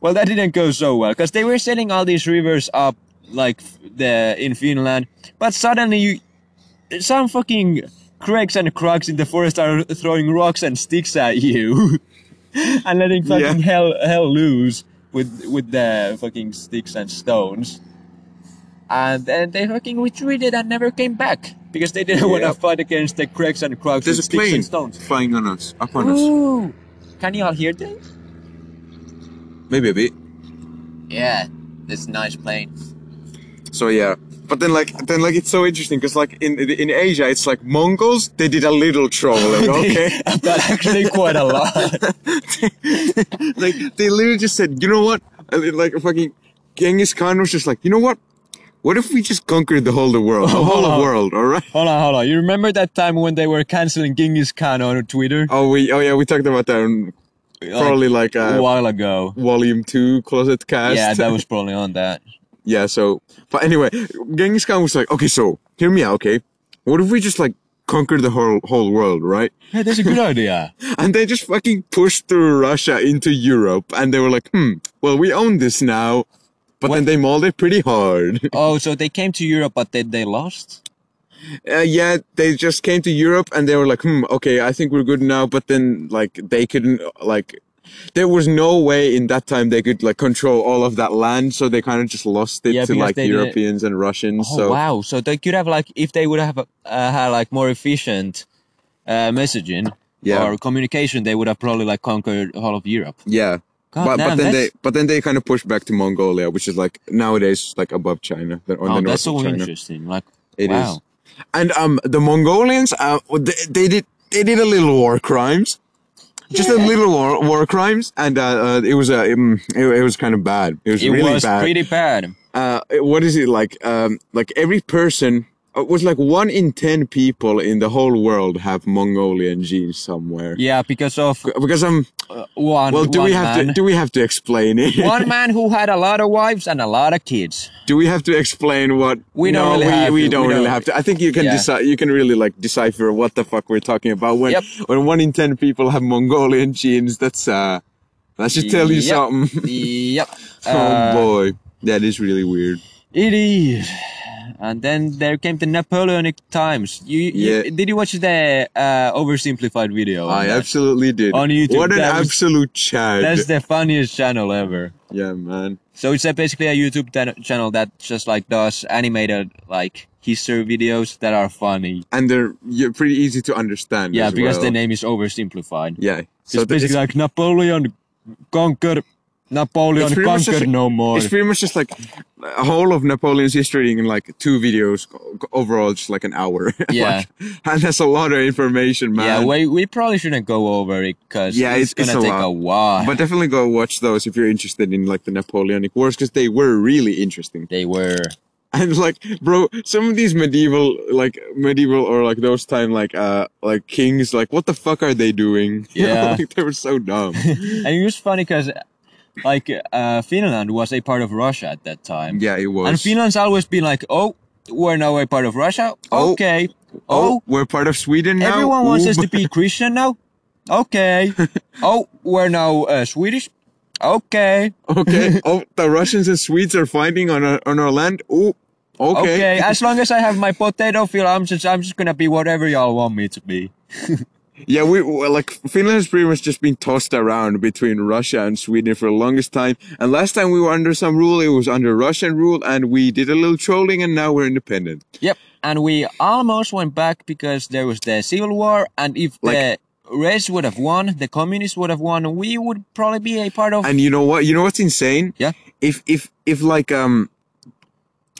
[SPEAKER 1] well, that didn't go so well because they were setting all these rivers up like f- the in Finland. But suddenly, you, some fucking cracks and cracks in the forest are throwing rocks and sticks at you and letting
[SPEAKER 2] Yeah.
[SPEAKER 1] fucking hell hell loose with with the fucking sticks and stones. And then they fucking retreated and never came back because they didn't want to
[SPEAKER 2] Yeah.
[SPEAKER 1] fight against the cracks and cracks
[SPEAKER 2] There's
[SPEAKER 1] with
[SPEAKER 2] a
[SPEAKER 1] sticks
[SPEAKER 2] plane
[SPEAKER 1] and stones.
[SPEAKER 2] flying on us, up on us.
[SPEAKER 1] Ooh, can you all hear that?
[SPEAKER 2] Maybe a bit.
[SPEAKER 1] Yeah, this nice plane.
[SPEAKER 2] So yeah, but then like then like it's so interesting because like in in Asia it's like Mongols they did a little trolling. Okay,
[SPEAKER 1] but actually quite a lot.
[SPEAKER 2] like they literally just said, you know what? I mean, like fucking Genghis Khan was just like, you know what? What if we just conquered the whole the world, the whole
[SPEAKER 1] wow.
[SPEAKER 2] world, all right?
[SPEAKER 1] Hold on, hold on. You remember that time when they were canceling Genghis Khan on Twitter?
[SPEAKER 2] Oh, we, oh yeah, we talked about that in probably like
[SPEAKER 1] Like, a
[SPEAKER 2] uh,
[SPEAKER 1] while ago.
[SPEAKER 2] volume two closet cast.
[SPEAKER 1] Yeah, that was probably on that.
[SPEAKER 2] yeah. So, but anyway, Genghis Khan was like, okay, so hear me out, okay? What if we just like conquer the whole whole world, right?
[SPEAKER 1] Hey, that's a good idea.
[SPEAKER 2] And they just fucking pushed through Russia into Europe, and they were like, hmm, well, we own this now. But then they mauled it pretty hard.
[SPEAKER 1] Oh, so they came to Europe, but they, they lost?
[SPEAKER 2] uh, yeah, they just came to Europe and they were like, hmm, okay, I think we're good now. But then, like, they couldn't, like, there was no way in that time they could, like, control all of that land. So they kind of just lost it
[SPEAKER 1] Yeah,
[SPEAKER 2] to,
[SPEAKER 1] because
[SPEAKER 2] like,
[SPEAKER 1] they didn't-
[SPEAKER 2] Europeans and Russians.
[SPEAKER 1] Oh,
[SPEAKER 2] so,
[SPEAKER 1] wow. So they could have, like, if they would have uh, had, like, more efficient uh, messaging
[SPEAKER 2] Yeah.
[SPEAKER 1] or communication, they would have probably, like, conquered all of Europe.
[SPEAKER 2] yeah.
[SPEAKER 1] God
[SPEAKER 2] but,
[SPEAKER 1] Oh, damn,
[SPEAKER 2] but then
[SPEAKER 1] that's-
[SPEAKER 2] they but then they kind of pushed back to Mongolia, which is like nowadays like above China, the- on
[SPEAKER 1] Oh,
[SPEAKER 2] the north
[SPEAKER 1] that's
[SPEAKER 2] of
[SPEAKER 1] so
[SPEAKER 2] China.
[SPEAKER 1] interesting. Like,
[SPEAKER 2] It is,
[SPEAKER 1] wow.
[SPEAKER 2] And um, the Mongolians, uh, they, they did they did a little war crimes, just a little war, war crimes, and uh, uh, it was uh, um, it, it was kind of bad. It was
[SPEAKER 1] It
[SPEAKER 2] really
[SPEAKER 1] was
[SPEAKER 2] bad.
[SPEAKER 1] pretty bad.
[SPEAKER 2] uh, what is it like? Um, like every person it was like one in ten people in the whole world have Mongolian genes somewhere.
[SPEAKER 1] Yeah, because of
[SPEAKER 2] Because I'm
[SPEAKER 1] uh, one.
[SPEAKER 2] well, do
[SPEAKER 1] one
[SPEAKER 2] we have
[SPEAKER 1] man.
[SPEAKER 2] to do we have to explain it?
[SPEAKER 1] one man who had a lot of wives and a lot of kids.
[SPEAKER 2] do we have to explain what
[SPEAKER 1] We don't
[SPEAKER 2] no,
[SPEAKER 1] really
[SPEAKER 2] we,
[SPEAKER 1] have
[SPEAKER 2] we
[SPEAKER 1] to.
[SPEAKER 2] don't
[SPEAKER 1] We
[SPEAKER 2] really
[SPEAKER 1] don't-
[SPEAKER 2] have to i think you can
[SPEAKER 1] Yeah.
[SPEAKER 2] decide you can really like decipher what the fuck we're talking about when
[SPEAKER 1] Yep.
[SPEAKER 2] when one in ten people have mongolian genes that's uh that should tell you
[SPEAKER 1] Yep.
[SPEAKER 2] something
[SPEAKER 1] yep.
[SPEAKER 2] oh
[SPEAKER 1] Uh,
[SPEAKER 2] boy that is really weird
[SPEAKER 1] It is. And then there came the Napoleonic times. You, you-
[SPEAKER 2] Yeah.
[SPEAKER 1] did you watch the uh, oversimplified video? on
[SPEAKER 2] i
[SPEAKER 1] that?
[SPEAKER 2] absolutely did
[SPEAKER 1] On YouTube,
[SPEAKER 2] what an
[SPEAKER 1] that was-
[SPEAKER 2] absolute child
[SPEAKER 1] That's the funniest channel ever.
[SPEAKER 2] yeah man
[SPEAKER 1] So it's uh, basically a YouTube tan- channel that just like does animated like history videos that are funny.
[SPEAKER 2] and they're you're pretty easy to understand
[SPEAKER 1] Yeah,
[SPEAKER 2] as
[SPEAKER 1] because
[SPEAKER 2] well.
[SPEAKER 1] the name is oversimplified.
[SPEAKER 2] yeah
[SPEAKER 1] it's
[SPEAKER 2] the-
[SPEAKER 1] basically like Napoleon conquer Napoleon
[SPEAKER 2] It's pretty much
[SPEAKER 1] conquer
[SPEAKER 2] just-
[SPEAKER 1] no more.
[SPEAKER 2] It's pretty much just like a whole of Napoleon's history in like two videos o- overall, just like an hour.
[SPEAKER 1] Yeah.
[SPEAKER 2] Like, and that's a lot of information, man.
[SPEAKER 1] Yeah, we we probably shouldn't go over it because
[SPEAKER 2] Yeah,
[SPEAKER 1] it's,
[SPEAKER 2] it's-
[SPEAKER 1] gonna
[SPEAKER 2] it's a
[SPEAKER 1] take
[SPEAKER 2] lot.
[SPEAKER 1] a while.
[SPEAKER 2] but definitely go watch those if you're interested in like the Napoleonic Wars because they were really interesting.
[SPEAKER 1] they were
[SPEAKER 2] And like, bro, some of these medieval, like medieval or like those time, like, uh, like kings, like, what the fuck are they doing? You know,
[SPEAKER 1] Yeah.
[SPEAKER 2] like, they were so dumb.
[SPEAKER 1] and it was funny because like uh, Finland was a part of Russia at that time.
[SPEAKER 2] yeah, it was.
[SPEAKER 1] and Finland's always been like, oh, we're now a part of Russia.
[SPEAKER 2] Oh.
[SPEAKER 1] Okay.
[SPEAKER 2] oh,
[SPEAKER 1] Oh,
[SPEAKER 2] we're part of Sweden now.
[SPEAKER 1] everyone wants us
[SPEAKER 2] Ooh.
[SPEAKER 1] to be Christian now. Okay. oh, we're now uh, Swedish. Okay.
[SPEAKER 2] Okay. oh, the Russians and Swedes are fighting on our, on our land. Oh, okay.
[SPEAKER 1] okay. As long as I have my potato fill, I'm just I'm just gonna be whatever y'all want me to be.
[SPEAKER 2] Yeah, we well, like Finland has pretty much just been tossed around between Russia and Sweden for the longest time. And last time we were under some rule, it was under Russian rule, and we did a little trolling, and now we're independent.
[SPEAKER 1] Yep. And we almost went back because there was the civil war, and if the Reds would have won, the communists would have won, we would probably be a part of.
[SPEAKER 2] And you know what? You know what's insane?
[SPEAKER 1] Oh. Yeah.
[SPEAKER 2] If if if like um.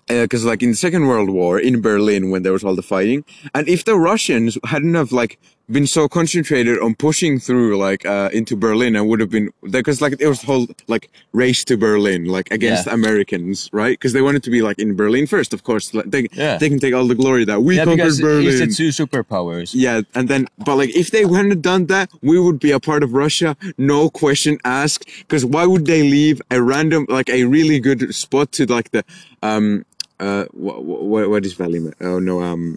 [SPEAKER 2] Because like in the Second World War in Berlin when there was all the fighting, and if the Russians hadn't have like been so concentrated on pushing through like uh, into Berlin, I would have been because like it was the whole like race to Berlin like against
[SPEAKER 1] Yeah.
[SPEAKER 2] Americans, right? Because they wanted to be like in Berlin first, of course. Like, they
[SPEAKER 1] Yeah.
[SPEAKER 2] they can take all the glory that we
[SPEAKER 1] yeah,
[SPEAKER 2] conquered
[SPEAKER 1] because
[SPEAKER 2] Berlin.
[SPEAKER 1] it's the two superpowers.
[SPEAKER 2] Yeah, and then, but like, if they wouldn't have done that, we would be a part of Russia, no question asked. Because why would they leave a random, like, a really good spot to like the, um, uh, what, what, what is Valima? Oh no, um,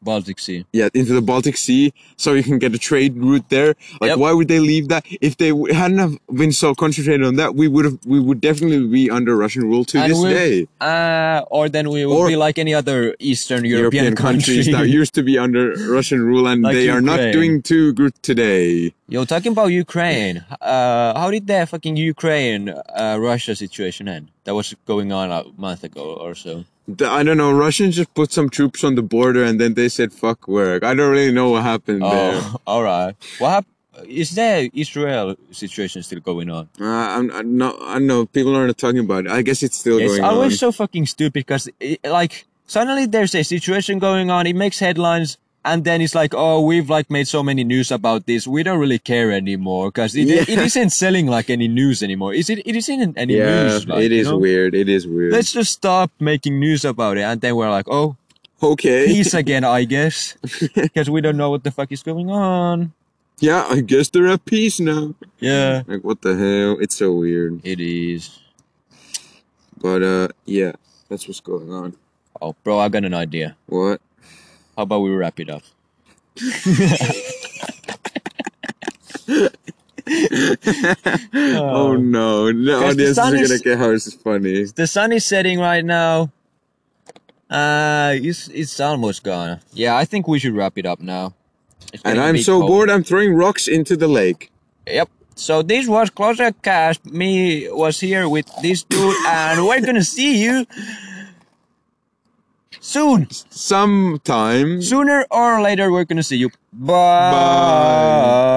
[SPEAKER 1] Baltic Sea.
[SPEAKER 2] yeah, into the Baltic Sea, so you can get a trade route there. Like,
[SPEAKER 1] Yep.
[SPEAKER 2] why would they leave that? If they w- hadn't have been so concentrated on that, we would have, we would definitely be under Russian rule to
[SPEAKER 1] And
[SPEAKER 2] this
[SPEAKER 1] we'll-
[SPEAKER 2] day.
[SPEAKER 1] Uh, or then we will
[SPEAKER 2] Or-
[SPEAKER 1] be like any other Eastern
[SPEAKER 2] European,
[SPEAKER 1] European,
[SPEAKER 2] countries
[SPEAKER 1] country.
[SPEAKER 2] that used to be under Russian rule, and
[SPEAKER 1] Like
[SPEAKER 2] they are not
[SPEAKER 1] Ukraine.
[SPEAKER 2] doing too good today.
[SPEAKER 1] Yo, talking about Ukraine, uh, how did the fucking Ukraine uh, Russia situation end? That was going on a month ago or so.
[SPEAKER 2] The, I don't know. Russians just put some troops on the border, and then they said "fuck work." I don't really know what happened there.
[SPEAKER 1] Oh, all right. What hap- is the Israel situation still going on?
[SPEAKER 2] Uh, I'm, I'm not. I don't know. People aren't talking about it. I guess it's still
[SPEAKER 1] It's
[SPEAKER 2] going
[SPEAKER 1] always so
[SPEAKER 2] on.
[SPEAKER 1] fucking stupid because, like, suddenly there's a situation going on, it makes headlines, and then it's like, oh, we've like made so many news about this. We don't really care anymore because it,
[SPEAKER 2] Yeah.
[SPEAKER 1] it isn't selling like any news anymore. Is it? It isn't any
[SPEAKER 2] Yeah,
[SPEAKER 1] news. Like,
[SPEAKER 2] it
[SPEAKER 1] you
[SPEAKER 2] is
[SPEAKER 1] know?
[SPEAKER 2] weird. It is weird.
[SPEAKER 1] Let's just stop making news about it, and then we're like, oh,
[SPEAKER 2] okay.
[SPEAKER 1] peace again, I guess, because we don't know what the fuck is going on.
[SPEAKER 2] Yeah, I guess they're at peace now.
[SPEAKER 1] Yeah,
[SPEAKER 2] Like what the hell? It's so weird.
[SPEAKER 1] it is.
[SPEAKER 2] But uh yeah, that's what's going on.
[SPEAKER 1] Oh, bro, I got an idea.
[SPEAKER 2] What?
[SPEAKER 1] How about we wrap it up?
[SPEAKER 2] oh no, no
[SPEAKER 1] Uh, Guys, the
[SPEAKER 2] audience is
[SPEAKER 1] sun
[SPEAKER 2] gonna
[SPEAKER 1] is-
[SPEAKER 2] get how this is funny.
[SPEAKER 1] The sun is setting right now. Uh, it's it's almost gone. Yeah, I think we should wrap it up now. It's
[SPEAKER 2] And
[SPEAKER 1] getting a
[SPEAKER 2] I'm
[SPEAKER 1] bit
[SPEAKER 2] so
[SPEAKER 1] cold.
[SPEAKER 2] bored I'm throwing rocks into the lake.
[SPEAKER 1] Yep. So this was closer cast. Me was here with this dude, and we're gonna see you soon.
[SPEAKER 2] Sometime
[SPEAKER 1] Sooner or later, we're gonna see you. Bye.
[SPEAKER 2] Bye.